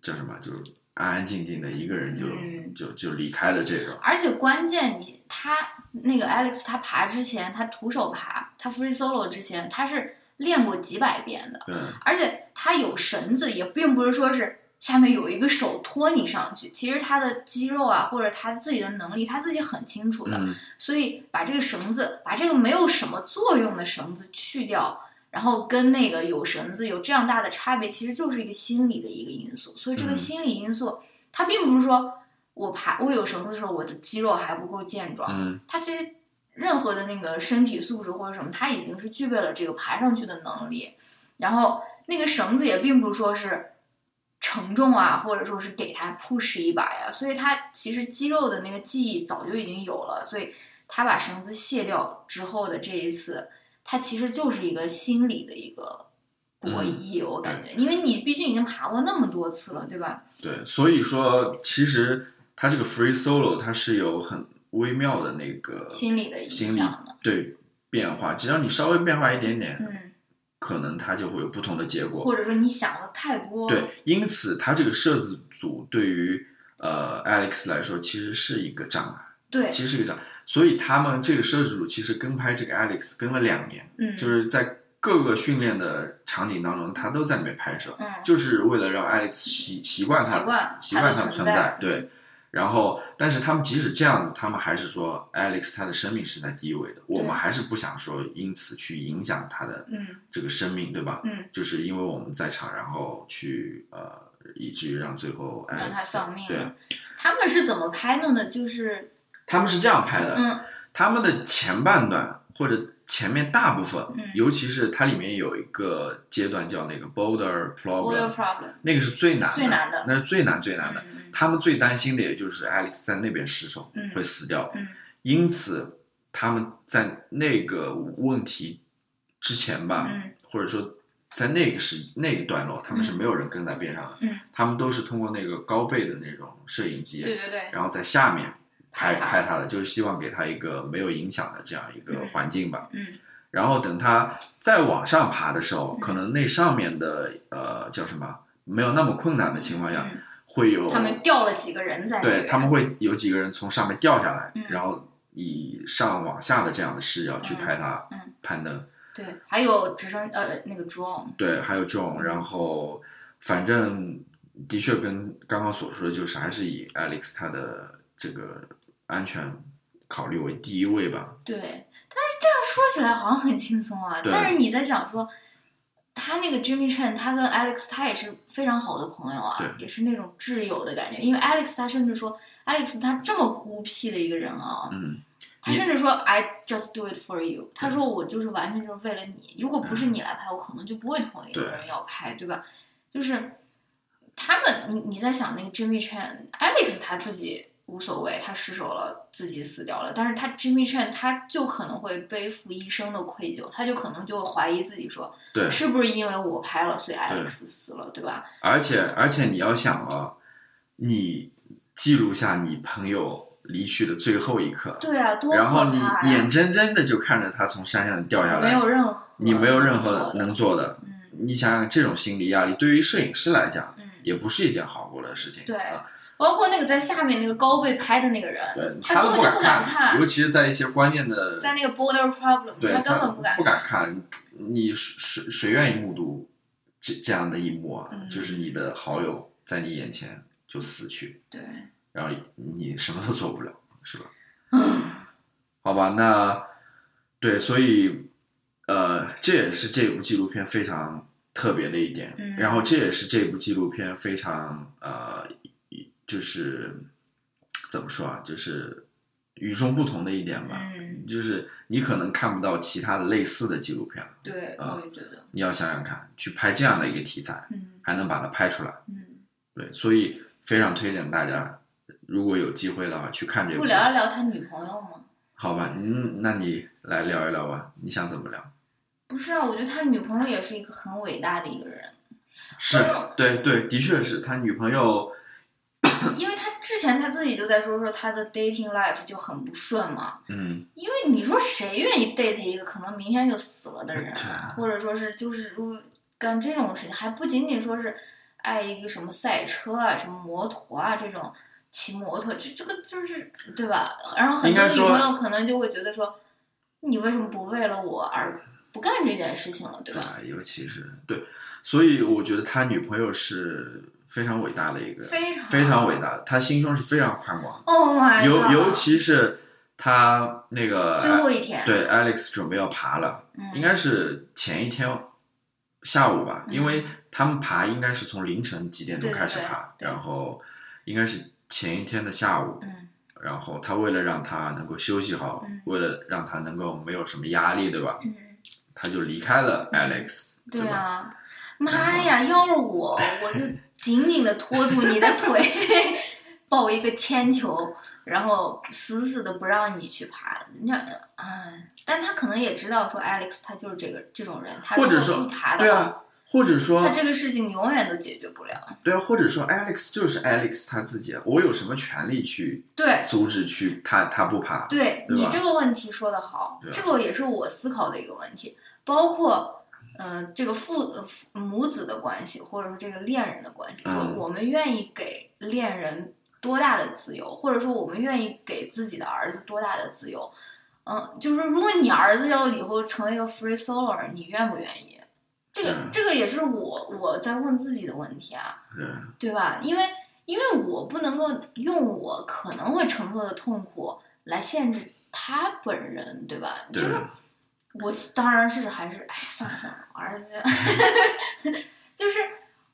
Speaker 2: 叫什么，就是安安静静的一个人就、
Speaker 3: 嗯
Speaker 2: 就就离开了这个。
Speaker 3: 而且关键你他那个 Alex 他爬之前他徒手爬，他 free solo 之前他是练过几百遍的，
Speaker 2: 对
Speaker 3: 而且他有绳子，也并不是说是下面有一个手托你上去，其实他的肌肉啊或者他自己的能力他自己很清楚的，
Speaker 2: 嗯，
Speaker 3: 所以把这个绳子，把这个没有什么作用的绳子去掉，然后跟那个有绳子有这样大的差别，其实就是一个心理的一个因素。所以这个
Speaker 2: 嗯
Speaker 3: 心理因素，它并不是说我爬我有绳子的时候我的肌肉还不够健壮，
Speaker 2: 嗯，
Speaker 3: 它其实任何的那个身体素质或者什么，它已经是具备了这个爬上去的能力。然后那个绳子也并不是说是承重啊，或者说是给它 push 一把呀，所以它其实肌肉的那个记忆早就已经有了，所以他把绳子卸掉之后的这一次，它其实就是一个心理的一个。博
Speaker 2: 嗯
Speaker 3: 弈，我感
Speaker 2: 哎
Speaker 3: 觉，因为你毕竟已经爬过那么多次了，对吧？
Speaker 2: 对，所以说其实他这个 free solo 它是有很微妙的那个
Speaker 3: 心理的影
Speaker 2: 心理
Speaker 3: 响的，
Speaker 2: 对变化，只要你稍微变化一点点，
Speaker 3: 嗯，
Speaker 2: 可能它就会有不同的结果。
Speaker 3: 或者说你想的太多，
Speaker 2: 对，，因此它这个摄制组对于呃 Alex 来说其实是一个障碍，
Speaker 3: 对，
Speaker 2: 其实是一个障碍。所以他们这个摄制组其实跟拍这个 Alex 跟了两年，
Speaker 3: 嗯，
Speaker 2: 就是在各个训练的场景当中，他都在里面拍摄，
Speaker 3: 嗯，
Speaker 2: 就是为了让 Alex 习习惯他
Speaker 3: 习惯
Speaker 2: 习惯他
Speaker 3: 的
Speaker 2: 的存
Speaker 3: 在
Speaker 2: 在，，对。然后，但是他们即使这样子，他们还是说 Alex 他的生命是在第一位的，我们还是不想说因此去影响他的
Speaker 3: 嗯
Speaker 2: 这个生命，对吧？
Speaker 3: 嗯，
Speaker 2: 就是因为我们在场，然后去呃，以至于让最后 Alex
Speaker 3: 让他丧命
Speaker 2: 哎对
Speaker 3: 了，。他们是怎么拍弄的？就是
Speaker 2: 他们是这样拍的，
Speaker 3: 嗯
Speaker 2: 他们的前半段或者前面大部分，
Speaker 3: 嗯
Speaker 2: 尤其是它里面有一个阶段叫那个 border problem，
Speaker 3: Border problem，
Speaker 2: 那个是最难的，
Speaker 3: 最难的
Speaker 2: 那是最难最难的。
Speaker 3: 嗯
Speaker 2: 他们最担心的也就是艾利克斯在那边失手、
Speaker 3: 嗯
Speaker 2: 会死掉，
Speaker 3: 嗯
Speaker 2: 因此他们在那个问题之前吧，
Speaker 3: 嗯
Speaker 2: 或者说在那个时那个段落，他们是没有人跟在边上的，
Speaker 3: 嗯
Speaker 2: 他们都是通过那个高倍的那种摄影机，
Speaker 3: 对对对，
Speaker 2: 然后在下面拍
Speaker 3: 拍他
Speaker 2: 拍他的，就是希望给他一个没有影响的这样一个
Speaker 3: 嗯
Speaker 2: 环境吧。
Speaker 3: 嗯
Speaker 2: 然后等他再往上爬的时候，
Speaker 3: 嗯
Speaker 2: 可能那上面的呃叫什么没有那么困难的情况下，
Speaker 3: 嗯
Speaker 2: 会有
Speaker 3: 他们掉了几个人在那
Speaker 2: 对
Speaker 3: 个
Speaker 2: 他们会有几个人从上面掉下来，
Speaker 3: 嗯
Speaker 2: 然后以上往下的这样的视角去拍他、
Speaker 3: 嗯嗯
Speaker 2: 攀登。
Speaker 3: 对，还有直升呃那个 drone，
Speaker 2: 对，还有这种，然后反正的确跟刚刚所说的，就是还是以 Alex 他的这个安全考虑为第一位吧。
Speaker 3: 对，但是这样说起来好像很轻松啊，
Speaker 2: 对
Speaker 3: 但是你在想说。他那个 Jimmy Chen，他跟 Alex 他也是非常好的朋友啊
Speaker 2: 对，
Speaker 3: 也是那种挚友的感觉。因为 Alex 他甚至说，Alex 他这么孤僻的一个人啊，
Speaker 2: 嗯，
Speaker 3: 他甚至说 I just do it for you，他说我就是完全就是为了你，如果不是你来拍，我可能就不会同意有
Speaker 2: 嗯对
Speaker 3: 人要拍，对吧？就是他们，你你在想那个 Jimmy Chen、Alex 他自己无所谓，他失手了，自己死掉了，但是他 Jimmy Chen 他就可能会背负一生的愧疚，他就可能就怀疑自己说，
Speaker 2: 对，
Speaker 3: 是不是因为我拍了，所以 Alex 死了，对吧？
Speaker 2: 而且而且你要想啊，你记录下你朋友离去的最后一刻，
Speaker 3: 对啊，多
Speaker 2: 然后
Speaker 3: 可
Speaker 2: 你
Speaker 3: 怕呀
Speaker 2: 眼睁睁的就看着他从山上掉下
Speaker 3: 没
Speaker 2: 来，
Speaker 3: 有任何，
Speaker 2: 你没有任何
Speaker 3: 能做的，
Speaker 2: 能做的。
Speaker 3: 嗯
Speaker 2: 你想想这种心理压力，对于摄影师来讲，
Speaker 3: 嗯。
Speaker 2: 也不是一件好过的事情。
Speaker 3: 对
Speaker 2: 啊呃
Speaker 3: 包括那个在下面那个高被拍的那个人
Speaker 2: 对，
Speaker 3: 他根
Speaker 2: 们
Speaker 3: 本
Speaker 2: 敢
Speaker 3: 就不敢看，
Speaker 2: 尤其是在一些关键的，
Speaker 3: 在那个 border problem，
Speaker 2: 对
Speaker 3: 根本不敢
Speaker 2: 不敢看。你谁谁谁愿意目睹这这样的一幕啊？
Speaker 3: 嗯
Speaker 2: 就是你的好友在你眼前就死去，
Speaker 3: 对，
Speaker 2: 然后你什么都做不了，是吧？
Speaker 3: 啊
Speaker 2: 好吧，那对，所以呃，这也是这部纪录片非常特别的一点，
Speaker 3: 嗯
Speaker 2: 然后这也是这部纪录片非常呃，就是怎么说啊，就是与众不同的一点吧，
Speaker 3: 嗯，
Speaker 2: 就是你可能看不到其他的类似的纪录片了。
Speaker 3: 对，
Speaker 2: 啊
Speaker 3: 我也觉得，
Speaker 2: 你要想想看，去拍这样的一个题材，
Speaker 3: 嗯
Speaker 2: 还能把它拍出来，
Speaker 3: 嗯，
Speaker 2: 对，所以非常推荐大家，如果有机会的话，去看这部
Speaker 3: 不。聊一聊他女朋友吗？
Speaker 2: 好吧，嗯，那你来聊一聊吧，你想怎么聊？
Speaker 3: 不是啊，我觉得他女朋友也是一个很伟大的一个人，
Speaker 2: 是对对，的确是他女朋友，
Speaker 3: 因为他之前他自己就在说说他的 dating life 就很不顺嘛，
Speaker 2: 嗯，
Speaker 3: 因为你说谁愿意 date 一个可能明天就死了的人
Speaker 2: 对啊，
Speaker 3: 啊或者说是就是如果干这种事情，还不仅仅说是爱一个什么赛车啊、什么摩托啊这种骑摩托，这这个就是对吧？然后很
Speaker 2: 应
Speaker 3: 多
Speaker 2: 该
Speaker 3: 女
Speaker 2: 说
Speaker 3: 朋友可能就会觉得说，你为什么不为了我而不干这件事情了，对
Speaker 2: 对
Speaker 3: 吧？，
Speaker 2: 尤其是对，所以我觉得他女朋友是非常伟大的一个，
Speaker 3: 非常
Speaker 2: 非常伟大，他心胸是非常宽广
Speaker 3: Oh my
Speaker 2: 的，尤
Speaker 3: god！
Speaker 2: 尤其是他那个
Speaker 3: 最后一天，
Speaker 2: 对 Alex 准备要爬了，
Speaker 3: 嗯，
Speaker 2: 应该是前一天下午吧，
Speaker 3: 嗯
Speaker 2: 因为他们爬应该是从凌晨几点钟
Speaker 3: 对
Speaker 2: 开始
Speaker 3: 对
Speaker 2: 爬，
Speaker 3: 对
Speaker 2: 然后应该是前一天的下午，
Speaker 3: 嗯
Speaker 2: 然后他为了让他能够休息好，
Speaker 3: 嗯
Speaker 2: 为了让他能够没有什么压力，对吧？
Speaker 3: 嗯，
Speaker 2: 他就离开了 Alex，、
Speaker 3: 对
Speaker 2: 吧？
Speaker 3: 啊，妈呀！要是我，我就紧紧的拖住你的腿， [LAUGHS] 抱一个铅球，然后死死的不让你去爬。那啊、但他可能也知道说，Alex 他就是这个这种人，啊他
Speaker 2: 或者
Speaker 3: 如果
Speaker 2: 说
Speaker 3: 不爬
Speaker 2: 对
Speaker 3: 的话，
Speaker 2: 啊，或者
Speaker 3: 他
Speaker 2: 说
Speaker 3: 这个事情永远都解决不了。
Speaker 2: 对啊，或者说 Alex 就是 Alex 他自己，啊我有什么权利去
Speaker 3: 对。
Speaker 2: 阻止去他他不爬？
Speaker 3: 对
Speaker 2: 对吧
Speaker 3: 你这个问题说得好
Speaker 2: 对，啊
Speaker 3: 这个也是我思考的一个问题，包括。呃，这个父呃父母子的关系，或者说这个恋人的关系，
Speaker 2: 嗯
Speaker 3: 说我们愿意给恋人多大的自由，或者说我们愿意给自己的儿子多大的自由，嗯、就是说如果你儿子要以后成为一个 free solo，r 你愿不愿意？这个
Speaker 2: 嗯
Speaker 3: 这个也是我我在问自己的问题啊。
Speaker 2: 对，
Speaker 3: 对吧？因为因为我不能够用我可能会承受的痛苦来限制他本人，对吧？
Speaker 2: 对
Speaker 3: 就是我当然是还是哎，算了算了，我儿子就就是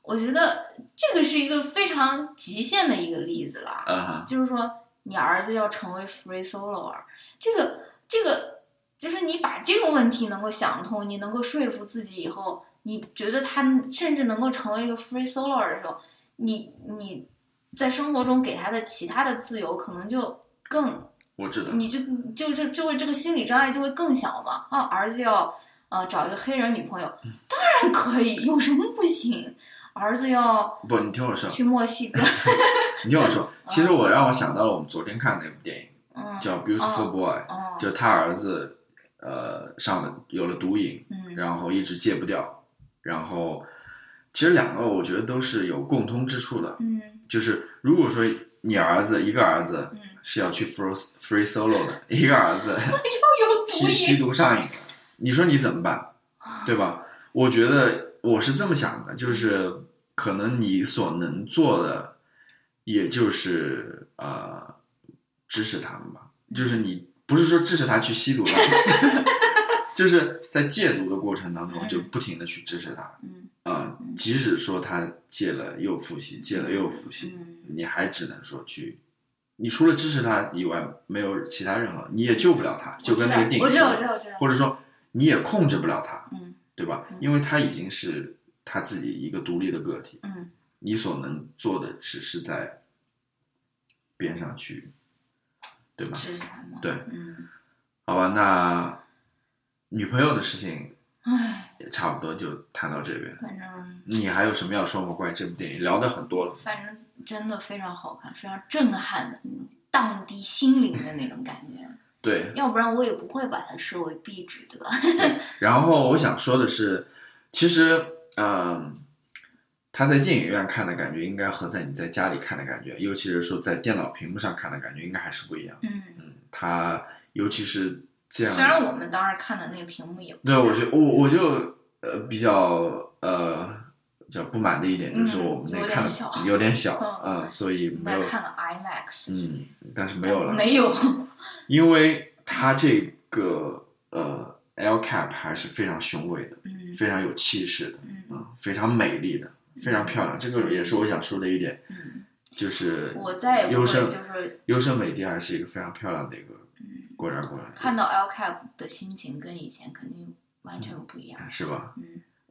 Speaker 3: 我觉得这个是一个非常极限的一个例子了。
Speaker 2: 啊哈，
Speaker 3: 就是说你儿子要成为 free soloer，这个这个就是你把这个问题能够想通，你能够说服自己以后，你觉得他甚至能够成为一个 free solo 的时候，你你在生活中给他的其他的自由可能就更，
Speaker 2: 我知道，
Speaker 3: 你就就就就会这个心理障碍就会更小嘛。啊，儿子要呃找一个黑人女朋友，当然可以，有什么不行？儿子要
Speaker 2: 不，你听我说，
Speaker 3: 去墨西哥，
Speaker 2: [LAUGHS] 你听我说，其实我让我想到了我们昨天看的那部电影，
Speaker 3: 嗯，
Speaker 2: 叫《Beautiful Boy》，
Speaker 3: 哦，
Speaker 2: 就他儿子呃上了有了毒瘾，
Speaker 3: 嗯
Speaker 2: 然后一直戒不掉，然后其实两个我觉得都是有共通之处的，
Speaker 3: 嗯
Speaker 2: 就是如果说你儿子一个儿子
Speaker 3: 嗯，
Speaker 2: 是要去 free free solo 的，一个儿子
Speaker 3: [LAUGHS] 有毒
Speaker 2: 吸吸
Speaker 3: 瘾，
Speaker 2: 毒上瘾了，你说你怎么办？对吧？我觉得我是这么想的，就是可能你所能做的，也就是呃支持他们吧，就是你不是说支持他去吸毒了， [LAUGHS] 就是在戒毒的过程当中
Speaker 3: 嗯
Speaker 2: 就不停的去支持他，
Speaker 3: 嗯
Speaker 2: 啊、
Speaker 3: 嗯
Speaker 2: 即使说他戒了又复吸，戒了又复吸，
Speaker 3: 嗯
Speaker 2: 你还只能说去，你除了支持他以外，没有其他任何，你也救不了他，就跟那个电
Speaker 3: 我
Speaker 2: 影
Speaker 3: 知
Speaker 2: 说
Speaker 3: 道，我
Speaker 2: 的
Speaker 3: 知，道，我知道，
Speaker 2: 或者说你也控制不了他，
Speaker 3: 嗯
Speaker 2: 对吧
Speaker 3: 嗯？
Speaker 2: 因为他已经是他自己一个独立的个体，
Speaker 3: 嗯
Speaker 2: 你所能做的只是在边上去，对吧？
Speaker 3: 支持他们，
Speaker 2: 对
Speaker 3: 嗯，
Speaker 2: 好吧，那女朋友的事情
Speaker 3: 唉，
Speaker 2: 也差不多就谈到这边。
Speaker 3: 反正。
Speaker 2: 你还有什么要说吗？关于这部电影，聊的很多了。
Speaker 3: 反正真的非常好看，非常震撼的，荡涤心灵的那种感觉。
Speaker 2: 对，
Speaker 3: 要不然我也不会把它视为壁纸，对吧？
Speaker 2: 然后我想说的是，其实，嗯，他在电影院看的感觉，应该和在你在家里看的感觉，尤其是说在电脑屏幕上看的感觉，应该还是不一样。
Speaker 3: 嗯，
Speaker 2: 嗯，他尤其是这样，
Speaker 3: 虽然我们当时看的那个屏幕也不
Speaker 2: 对啊我觉我我就呃比较呃叫不满的一点就是
Speaker 3: 嗯
Speaker 2: 我们那
Speaker 3: 有点
Speaker 2: 看的
Speaker 3: 小
Speaker 2: 有点小，
Speaker 3: [LAUGHS] 嗯
Speaker 2: 嗯，所以
Speaker 3: 我
Speaker 2: 没
Speaker 3: 们
Speaker 2: 有
Speaker 3: 还，看了 IMAX，
Speaker 2: 嗯，但是没有了，
Speaker 3: 没有，
Speaker 2: 因为他这个呃 L cap 还是非常雄伟的，
Speaker 3: 嗯
Speaker 2: 非常有气势的，
Speaker 3: 嗯
Speaker 2: 嗯，非常美丽的，非常漂亮。这个也是我想说的一点，
Speaker 3: 嗯，
Speaker 2: 就是
Speaker 3: 我再也不
Speaker 2: 优
Speaker 3: 会
Speaker 2: 胜
Speaker 3: 就是
Speaker 2: 优胜美地还是一个非常漂亮的一个
Speaker 3: 嗯
Speaker 2: 国家公园，
Speaker 3: 看到 L Cap 的心情跟以前肯定完全不一样。
Speaker 2: 是吧？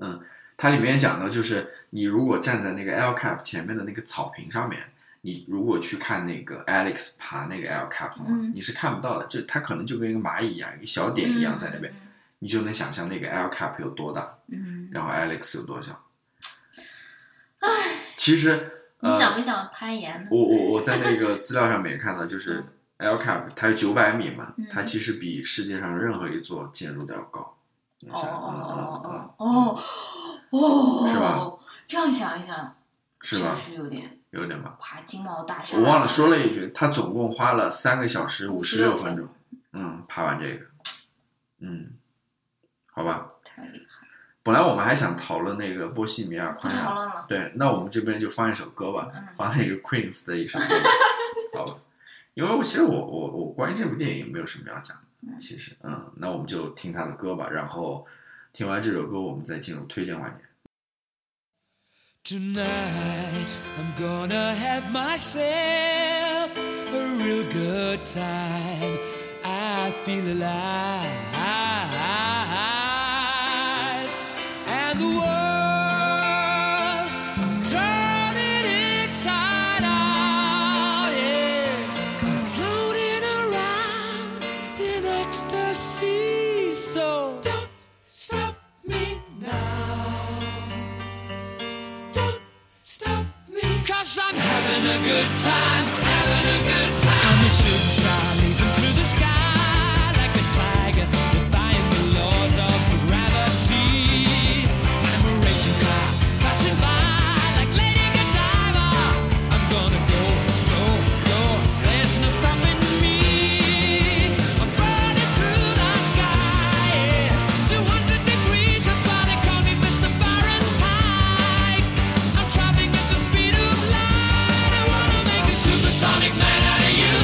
Speaker 3: 嗯
Speaker 2: 它里面讲到，就是你如果站在那个 L cap 前面的那个草坪上面，你如果去看那个 Alex 爬那个 L cap 的话，
Speaker 3: 嗯
Speaker 2: 你是看不到的，就它可能就跟一个蚂蚁一样，一个小点一样在那
Speaker 3: 嗯
Speaker 2: 边，，你就能想象那个 L cap 有多大，
Speaker 3: 嗯，嗯
Speaker 2: 然后 Alex 有多小。其实，
Speaker 3: 你
Speaker 2: 呃、
Speaker 3: 想不想攀岩呢？
Speaker 2: 我我我在那个资料上面也看到，就是 L cap 它有九百米嘛，
Speaker 3: 嗯
Speaker 2: 它其实比世界上任何一座建筑都要高。你
Speaker 3: 哦
Speaker 2: 想嗯嗯
Speaker 3: 哦哦
Speaker 2: 嗯嗯
Speaker 3: 哦哦哦，
Speaker 2: 是吧？
Speaker 3: 这样想一想，
Speaker 2: 是吧
Speaker 3: 确？实有点
Speaker 2: 有点吧。
Speaker 3: 爬金茂大厦。
Speaker 2: 我忘了说了一句，他总共花了三个小时五十六
Speaker 3: 56
Speaker 2: 分钟，嗯，爬完这个，嗯，好吧。
Speaker 3: 太厉害了，
Speaker 2: 本来我们还想讨论那个波西米亚
Speaker 3: 不
Speaker 2: 狂
Speaker 3: 讨
Speaker 2: 想，
Speaker 3: 论了。
Speaker 2: 对，那我们这边就放一首歌吧，
Speaker 3: 啊嗯
Speaker 2: 放那个 Queen's 的一
Speaker 3: [LAUGHS]
Speaker 2: 首歌，好吧。因为我其实我我我关于这部电影没有什么要讲的，
Speaker 3: 嗯
Speaker 2: 其实，嗯，那我们就听他的歌吧，然后听完这首歌，我们再进入推荐环节。
Speaker 4: Tonight, I'm gonna have myself a real good time. I feel alive, and the world I'm turning inside out. Yeah, I'm floating around in ecstasy. So don't stop me now. Don't stop me. Cause I'm having a good time, having a good time. I'm a shooting star leaping through the sky like a tiger, defying the laws of gravity. I'm a racing car passing by like Lady Godiva. I'm gonna go, go, go. There's no stopping me. I'm running through the sky, yeah. 200 degrees, that's why they call me Mr. Fahrenheit. I'm traveling at the speed of light. I wanna make a supersonic man out of you.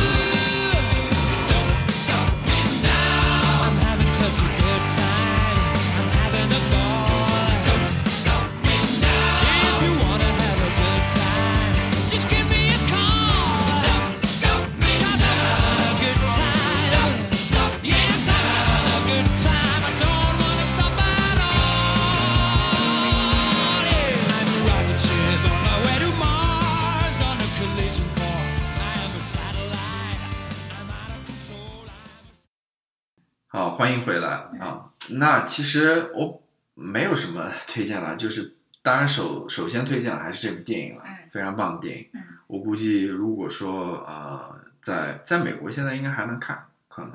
Speaker 2: 啊，欢迎回来啊！那其实我没有什么 [LAUGHS] 推荐了，就是当然首首先推荐的还是这部电影了
Speaker 3: 嗯，
Speaker 2: 非常棒的电影
Speaker 3: 嗯。
Speaker 2: 我估计如果说呃，在在美国现在应该还能看，可能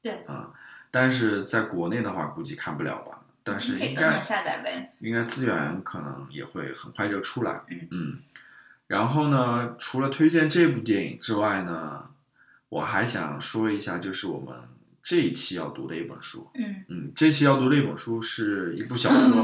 Speaker 3: 对
Speaker 2: 啊，但是在国内的话估计看不了吧。但是
Speaker 3: 可以
Speaker 2: 应
Speaker 3: 都
Speaker 2: 该
Speaker 3: 能下载呗。
Speaker 2: 应该资源可能也会很快就出来
Speaker 3: 嗯。
Speaker 2: 嗯，然后呢，除了推荐这部电影之外呢，我还想说一下，就是我们这一期要读的一本书。
Speaker 3: 嗯
Speaker 2: 嗯，这期要读的一本书是一部小说，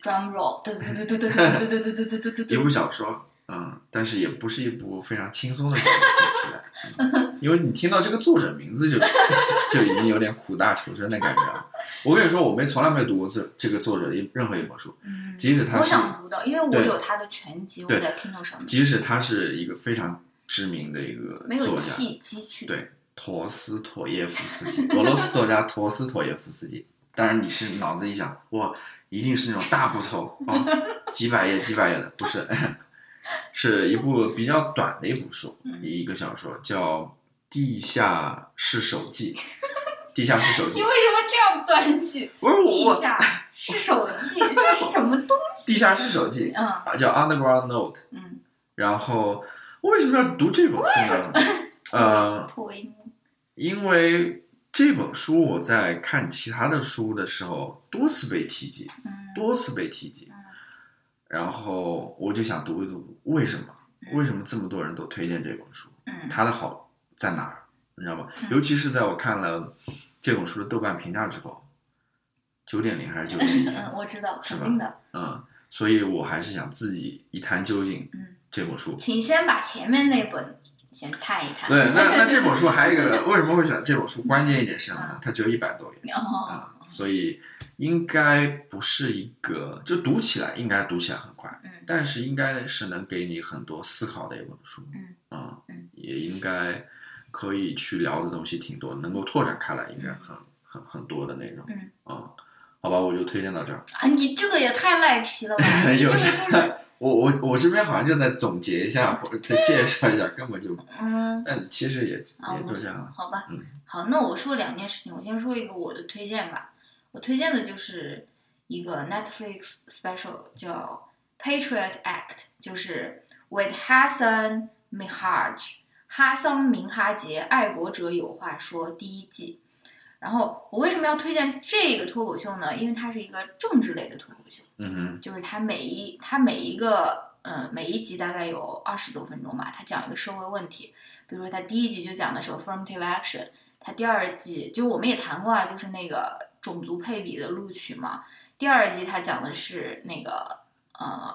Speaker 3: ，drum roll，对对对对对对对对对对对
Speaker 2: 一
Speaker 3: 对
Speaker 2: 部小说。嗯，但是也不是一部非常轻松的小说，看起来，嗯因为你听到这个作者名字就 [LAUGHS] 就已经有点苦大仇深的感觉了。我跟你说，我没从来没读过这这个作者的一任何一本书，
Speaker 3: 嗯，
Speaker 2: 即使他
Speaker 3: 我
Speaker 2: 是
Speaker 3: 想读到，因为我
Speaker 2: 对
Speaker 3: 有他的全集，我
Speaker 2: 对
Speaker 3: 在 Kindle 上面
Speaker 2: 即使他是一个非常知名的一个
Speaker 3: 没有
Speaker 2: 作家，
Speaker 3: 契机去。
Speaker 2: 对陀思妥耶夫斯基，俄罗斯作家陀思妥耶夫斯基。当然，你是脑子一想，哇，一定是那种大部头啊、几百页、几百页的，不是， [LAUGHS] 是一部比较短的一部书，
Speaker 3: 嗯
Speaker 2: 一个小说叫《地下室手记》。地下室手记
Speaker 3: 你，为什么这样断句？
Speaker 2: 不是我，
Speaker 3: 地
Speaker 2: 我
Speaker 3: 下是手记，这是什么东西？
Speaker 2: 地下室手记
Speaker 3: 嗯
Speaker 2: 啊，叫 Underground Note。 [LAUGHS]
Speaker 3: 嗯，
Speaker 2: 然后为什么要读这本书
Speaker 3: [LAUGHS]
Speaker 2: 呢？呃，
Speaker 3: 破微幕。
Speaker 2: 因为这本书我在看其他的书的时候多次被提及，
Speaker 3: 嗯
Speaker 2: 多次被提及
Speaker 3: 嗯，
Speaker 2: 然后我就想读一读为什么，为什么这么多人都推荐这本书，
Speaker 3: 嗯
Speaker 2: 它的好在哪儿，你知道吗
Speaker 3: 嗯？
Speaker 2: 尤其是在我看了这本书的豆瓣评价之后，九点零还是九点一，
Speaker 3: 嗯，我知道，
Speaker 2: 是
Speaker 3: 肯
Speaker 2: 吧
Speaker 3: 定的。
Speaker 2: 嗯，所以我还是想自己一探究竟
Speaker 3: 嗯，
Speaker 2: 这本
Speaker 3: [LAUGHS]
Speaker 2: 书。
Speaker 3: 请先把前面那本先探一探。
Speaker 2: 对，那那这本书还有一个为什么会选这本书？关键一点是什么呢？它只有一百多页。
Speaker 3: 哦，
Speaker 2: 啊，所以应该不是一个，就读起来应该读起来很快，
Speaker 3: 嗯
Speaker 2: 但是应该是能给你很多思考的一本书，
Speaker 3: 嗯
Speaker 2: 啊
Speaker 3: 嗯
Speaker 2: 也应该可以去聊的东西挺多，能够拓展开来，应该很很很多的那种，
Speaker 3: 嗯
Speaker 2: 啊，好吧，我就推荐到这儿。
Speaker 3: 啊，你这个也太赖
Speaker 2: [LAUGHS]
Speaker 3: 皮了吧！你这
Speaker 2: 有
Speaker 3: 个就是，
Speaker 2: 我我我这边好像就在总结一下，或者再介绍一下，根本就，
Speaker 3: 嗯，
Speaker 2: 但其实 [LAUGHS] 也
Speaker 3: 啊，
Speaker 2: 也
Speaker 3: 我
Speaker 2: 就这样了。
Speaker 3: 好吧，
Speaker 2: 嗯
Speaker 3: 好，那我说两件事情，我先说一个我的推荐吧。我推荐的就是一个 Netflix special 叫《Patriot Act》，就是 With Hassan Minhaj，哈桑明哈杰《爱国者有话说》第一季。然后我为什么要推荐这个脱口秀呢？因为它是一个政治类的脱口秀。
Speaker 2: 嗯哼，
Speaker 3: 就是他每一他每一个呃每一集大概有二十多分钟吧，他讲一个社会问题，比如说他第一集就讲的是 affirmative action，他第二季就我们也谈过啊，就是那个种族配比的录取嘛，第二季他讲的是那个呃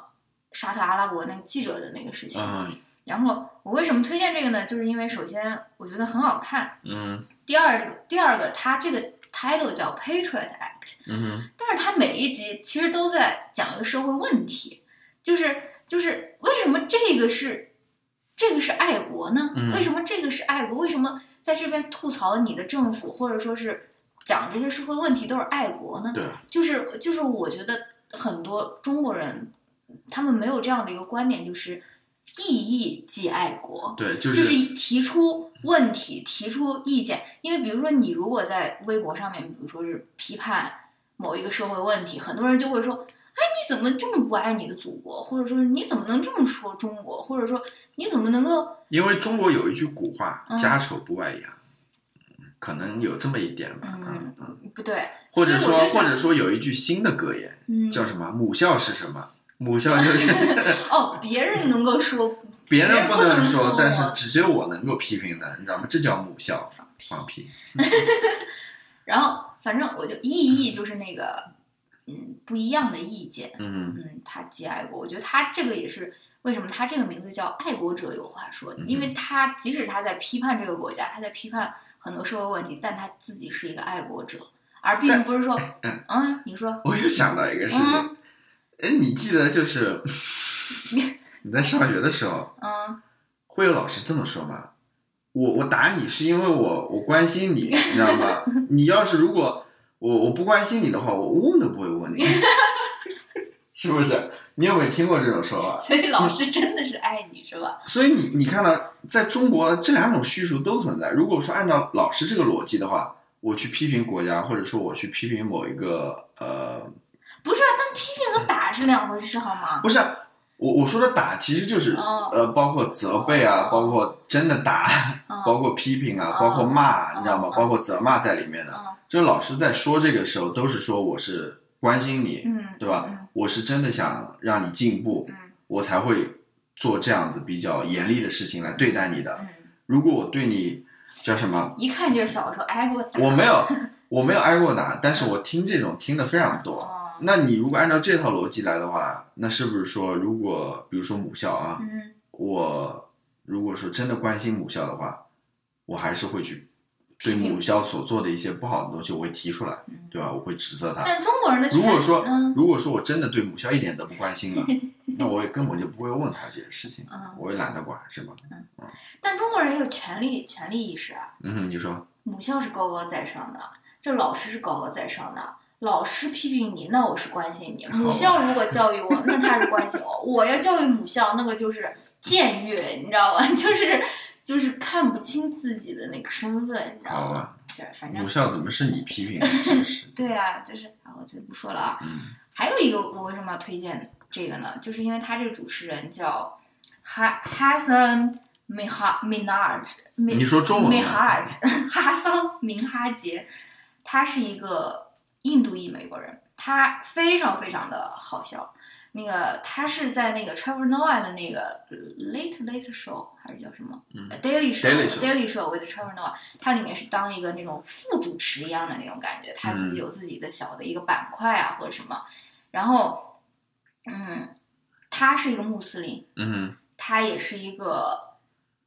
Speaker 3: 沙特阿拉伯那个记者的那个事情。
Speaker 2: 嗯
Speaker 3: 然后我为什么推荐这个呢？就是因为首先我觉得很好看，
Speaker 2: 嗯
Speaker 3: 第二个第二个它这个 title 叫 Patriot Act，
Speaker 2: 嗯哼，
Speaker 3: 但是它每一集其实都在讲一个社会问题，就是就是为什么这个是这个是爱国呢？
Speaker 2: 嗯
Speaker 3: 为什么这个是爱国？为什么在这边吐槽你的政府，或者说是讲这些社会问题都是爱国呢？
Speaker 2: 对，
Speaker 3: 就是就是我觉得很多中国人他们没有这样的一个观点，就是意义即爱国。
Speaker 2: 对，就
Speaker 3: 就是是提出问题、提出意见。因为比如说，你如果在微博上面，比如说是批判某一个社会问题，很多人就会说：“哎，你怎么这么不爱你的祖国？”或者说：“你怎么能这么说中国？”或者说：“你怎么能够
Speaker 2: 因为中国有一句古话“
Speaker 3: 嗯
Speaker 2: 家丑不外扬”，可能有这么一点吧，
Speaker 3: 嗯
Speaker 2: 嗯嗯，
Speaker 3: 不对？”
Speaker 2: 或者
Speaker 3: 所以我
Speaker 2: 说
Speaker 3: 就想
Speaker 2: 或者说有一句新的格言
Speaker 3: 嗯，
Speaker 2: 叫什么？母校是什么？母校就是 [LAUGHS]
Speaker 3: 哦，别人能够说
Speaker 2: 别人不能
Speaker 3: 别人不能说
Speaker 2: 说
Speaker 3: 我，
Speaker 2: 但是只有我能够批评的，你知道吗？这叫母校放屁。
Speaker 3: 然后反正我就意义就是那个，嗯，不一样的意见，
Speaker 2: 嗯
Speaker 3: 嗯，他既爱国，我觉得他这个也是为什么他这个名字叫爱国者有话说，
Speaker 2: 嗯哼
Speaker 3: 因为他即使他在批判这个国家，他在批判很多社会问题，但他自己是一个爱国者，而并
Speaker 2: 但
Speaker 3: 不是说
Speaker 2: [CLEARS THROAT] 嗯，
Speaker 3: 嗯，你说，
Speaker 2: 我又想到一个事情
Speaker 3: 嗯，
Speaker 2: 哎，你记得就是 [LAUGHS] 你在上学的时候，
Speaker 3: 嗯， [LAUGHS]
Speaker 2: 会有老师这么说吗？我我打你是因为我我关心你，你知道吗？ [LAUGHS] 你要是如果我我不关心你的话，我问都不会问你， [LAUGHS] 是不是？你有没有听过这种说法？
Speaker 3: 所以老师真的是爱你是吧？
Speaker 2: 所以你你看到，在中国这两种叙述都存在。如果说按照老师这个逻辑的话，我去批评国家，或者说我去批评某一个呃，
Speaker 3: 不是啊，但批评和打是两回事，好吗？
Speaker 2: 不是啊我我说的打其实就是、
Speaker 3: 哦
Speaker 2: 呃，包括责备啊，包括真的打，
Speaker 3: 嗯
Speaker 2: 包括批评啊
Speaker 3: 哦，
Speaker 2: 包括骂，你知道吗
Speaker 3: 哦？
Speaker 2: 包括责骂在里面的。
Speaker 3: 嗯
Speaker 2: 就是老师在说这个时候，都是说我是关心你，
Speaker 3: 嗯，
Speaker 2: 对吧？我是真的想让你进步，
Speaker 3: 嗯？
Speaker 2: 我才会做这样子比较严厉的事情来对待你
Speaker 3: 嗯
Speaker 2: 的。
Speaker 3: 嗯，
Speaker 2: 如果我对你叫什么，
Speaker 3: 一看就是小时候挨过打。
Speaker 2: 我没
Speaker 3: [LAUGHS]
Speaker 2: 有，我没有挨过打，但是我听这种听的非常多。
Speaker 3: 哦，
Speaker 2: 那你如果按照这套逻辑来的话，那是不是说，如果比如说母校啊，
Speaker 3: 嗯，
Speaker 2: 我如果说真的关心母校的话，我还是会去对
Speaker 3: 评
Speaker 2: 母校所做的一些不好的东西，我会提出来
Speaker 3: 嗯，
Speaker 2: 对吧？我会指责他。
Speaker 3: 但中国人的
Speaker 2: 如果
Speaker 3: 权
Speaker 2: 说
Speaker 3: 嗯
Speaker 2: 如果说我真的对母校一点都不关心了，那我也根本就不会问他这些事情，
Speaker 3: 嗯，
Speaker 2: 我也懒得管，是吧？
Speaker 3: 但中国人有权利权利意识啊。
Speaker 2: 嗯哼，你说，
Speaker 3: 母校是高高在上的，这老师是高高在上的。老师批评你，那我是关心你；
Speaker 2: 好吧
Speaker 3: 母校如果教育我，那他是关心我。我要教育母校，那个就是僭越，你知道吧？ [LAUGHS] 就是就是看不清自己的那个身份，你知道
Speaker 2: 好
Speaker 3: 吧
Speaker 2: 吧？
Speaker 3: 就是反正
Speaker 2: 母校怎么是你批评的？真是，
Speaker 3: 对啊，就是啊，我就不说了啊。
Speaker 2: 嗯
Speaker 3: 还有一个我为什么要推荐这个呢？就是因为他这个主持人叫哈哈森米哈米纳尔，米
Speaker 2: 你说中文吧
Speaker 3: 米哈尔 [LAUGHS] 哈桑明哈杰，他是一个印度裔美国人，他非常非常的好笑。那个他是在那个 Trevor Noah 的那个 Late Late Show 还是叫什么、
Speaker 2: 嗯
Speaker 3: 呃 Daily
Speaker 2: Daily Show
Speaker 3: Daily Show with Trevor Noah，它里面是当一个那种副主持一样的那种感觉，他自己
Speaker 2: 嗯
Speaker 3: 有自己的小的一个板块啊或者什么，然后，嗯，他是一个穆斯林，
Speaker 2: 嗯哼，
Speaker 3: 他也是一个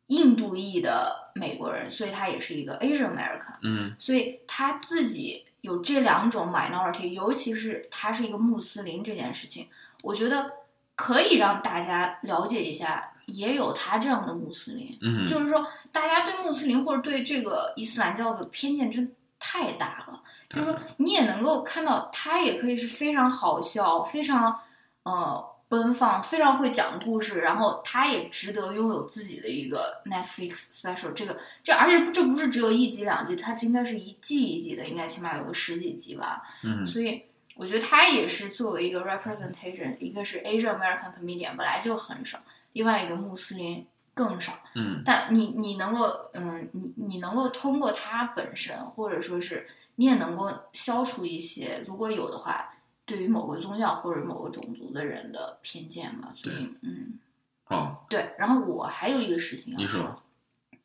Speaker 3: 印度裔的美国人，所以他也是一个 Asian American，
Speaker 2: 嗯
Speaker 3: 所以他自己有这两种 minority，尤其是他是一个穆斯林这件事情，我觉得可以让大家了解一下，也有他这样的穆斯林，
Speaker 2: 嗯
Speaker 3: 就
Speaker 2: 哼，
Speaker 3: 是说，大家对穆斯林或者对这个伊斯兰教的偏见真太大了。就是说，你也能够看到，他也可以是非常好笑、非常呃奔放、非常会讲故事，然后他也值得拥有自己的一个 Netflix special。这个这而且这不是只有一集两集，它这应该是一季一季的，应该起码有个十几集吧。
Speaker 2: 嗯哼，
Speaker 3: 所以我觉得他也是作为一个 representation，一个是 Asian American comedian 本来就很少，另外一个穆斯林更少。
Speaker 2: 嗯
Speaker 3: 但你你能够，嗯，你你能够通过它本身，或者说是你也能够消除一些，如果有的话，对于某个宗教或者某个种族的人的偏见嘛。所以，嗯，
Speaker 2: 好，
Speaker 3: 对。然后我还有一个事情要
Speaker 2: 你说
Speaker 3: 说，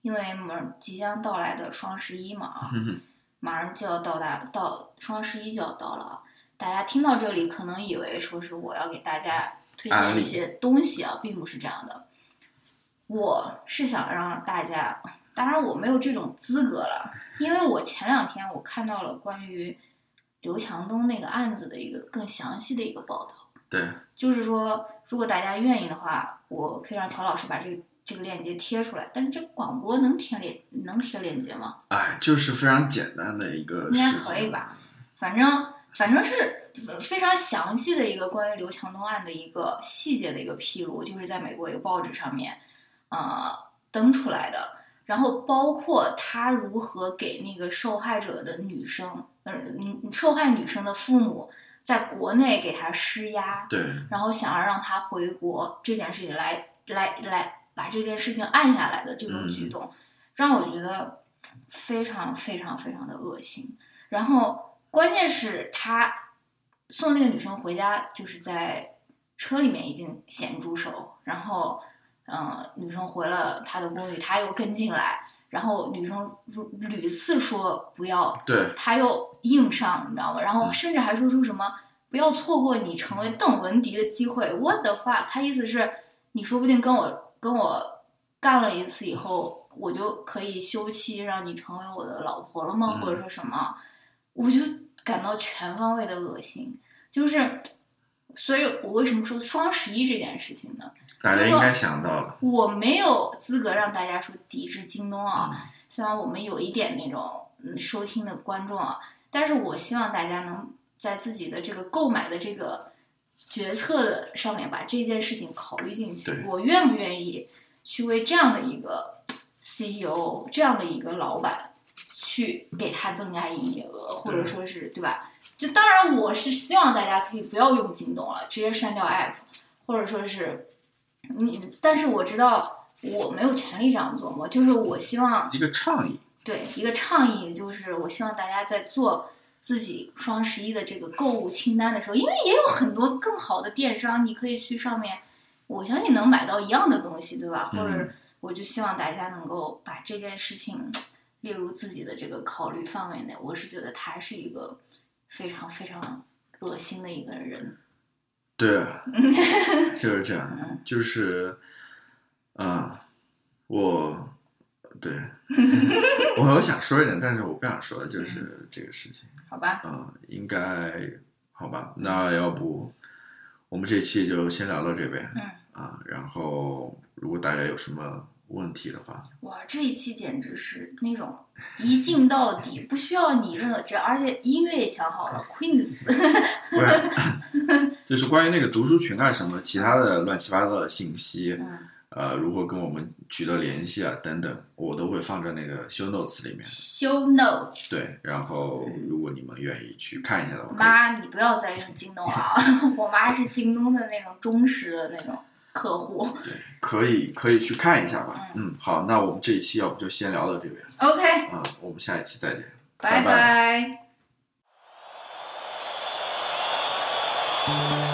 Speaker 3: 因为我们即将到来的双十一嘛啊，
Speaker 2: 哼哼，
Speaker 3: 马上就要到达到双十一就要到了啊，大家听到这里可能以为说是我要给大家推
Speaker 2: 安
Speaker 3: 荐
Speaker 2: 利
Speaker 3: 一些东西啊，并不是这样的。我是想让大家，当然我没有这种资格了，因为我前两天我看到了关于刘强东那个案子的一个更详细的一个报道。
Speaker 2: 对，
Speaker 3: 就是说，如果大家愿意的话，我可以让乔老师把这个这个链接贴出来。但是这广播能贴链能贴链接吗？
Speaker 2: 哎，就是非常简单的一个
Speaker 3: 应
Speaker 2: 事
Speaker 3: 该
Speaker 2: 情，
Speaker 3: 可以吧？反正反正是非常详细的一个关于刘强东案的一个细节的一个披露，就是在美国一个报纸上面，呃，登出来的。然后包括他如何给那个受害者的女生，呃，女受害女生的父母在国内给她施压，
Speaker 2: 对，
Speaker 3: 然后想要让他回国这件事情来来来把这件事情按下来的这种举动，让我觉得非常非常非常的恶心。然后关键是他送那个女生回家，就是在车里面已经咸猪手，然后嗯、呃女生回了他的公寓，他又跟进来，然后女生如屡次说不要
Speaker 2: 对，
Speaker 3: 他又硬上，你知道吗？然后甚至还说出什么“不要错过你成为邓文迪的机会 ”，what the fuck？他意思是，你说不定跟我跟我干了一次以后，我就可以休妻，让你成为我的老婆了吗？
Speaker 2: 嗯
Speaker 3: 或者说什么？我就感到全方位的恶心，就是。所以我为什么说双十一这件事情呢？
Speaker 2: 大家应该想到了，
Speaker 3: 我没有资格让大家说抵制京东
Speaker 2: 嗯
Speaker 3: 啊，虽然我们有一点那种嗯收听的观众啊，但是我希望大家能在自己的这个购买的这个决策的上面把这件事情考虑进去
Speaker 2: 对。
Speaker 3: 我愿不愿 E 意去为这样的一个 CEO、这样的一个老板去给它增加营业额，或者说是对吧？就当然我是希望大家可以不要用京东了，直接删掉 app，或者说是你，但是我知道我没有权利这样做嘛，就是我希望
Speaker 2: 一个倡议，
Speaker 3: 对一个倡议，就是我希望大家在做自己双十一的这个购物清单的时候，因为也有很多更好的电商，你可以去上面，我相信能买到一样的东西，对吧？或者
Speaker 2: 嗯
Speaker 3: 我就希望大家能够把这件事情列入自己的这个考虑范围内。我是觉得他是一个非常非常恶心的一个人，
Speaker 2: 对，就是这样，就是，嗯，我对，我有想说一点，但是我不想说，就是这个事情。
Speaker 3: 好吧？
Speaker 2: 嗯，应该好吧？那要不我们这期就先聊到这边。
Speaker 3: 嗯
Speaker 2: 啊，然后如果大家有什么问题的话，
Speaker 3: 哇，这一期简直是那种一镜到底，不需要你任何这，而且音乐也想好了，Queens。 [LAUGHS]
Speaker 2: 不然就是 [COUGHS] 关于那个读书群啊什么其他的乱七八糟的信息，
Speaker 3: 嗯
Speaker 2: 呃，如何跟我们取得联系啊等等，我都会放在那个 show notes 里面。
Speaker 3: show notes。
Speaker 2: 对，然后如果你们愿意去看一下的话，可以
Speaker 3: 妈，你不要再用京东了啊！ [LAUGHS] 我妈是京东的那种忠实的那种客户。
Speaker 2: 可以可以去看一下吧。嗯，好，那我们这一期要不就先聊到这边
Speaker 3: OK，
Speaker 2: 啊、我们下一期再见。
Speaker 3: 拜
Speaker 2: 拜
Speaker 3: 拜。
Speaker 4: Thank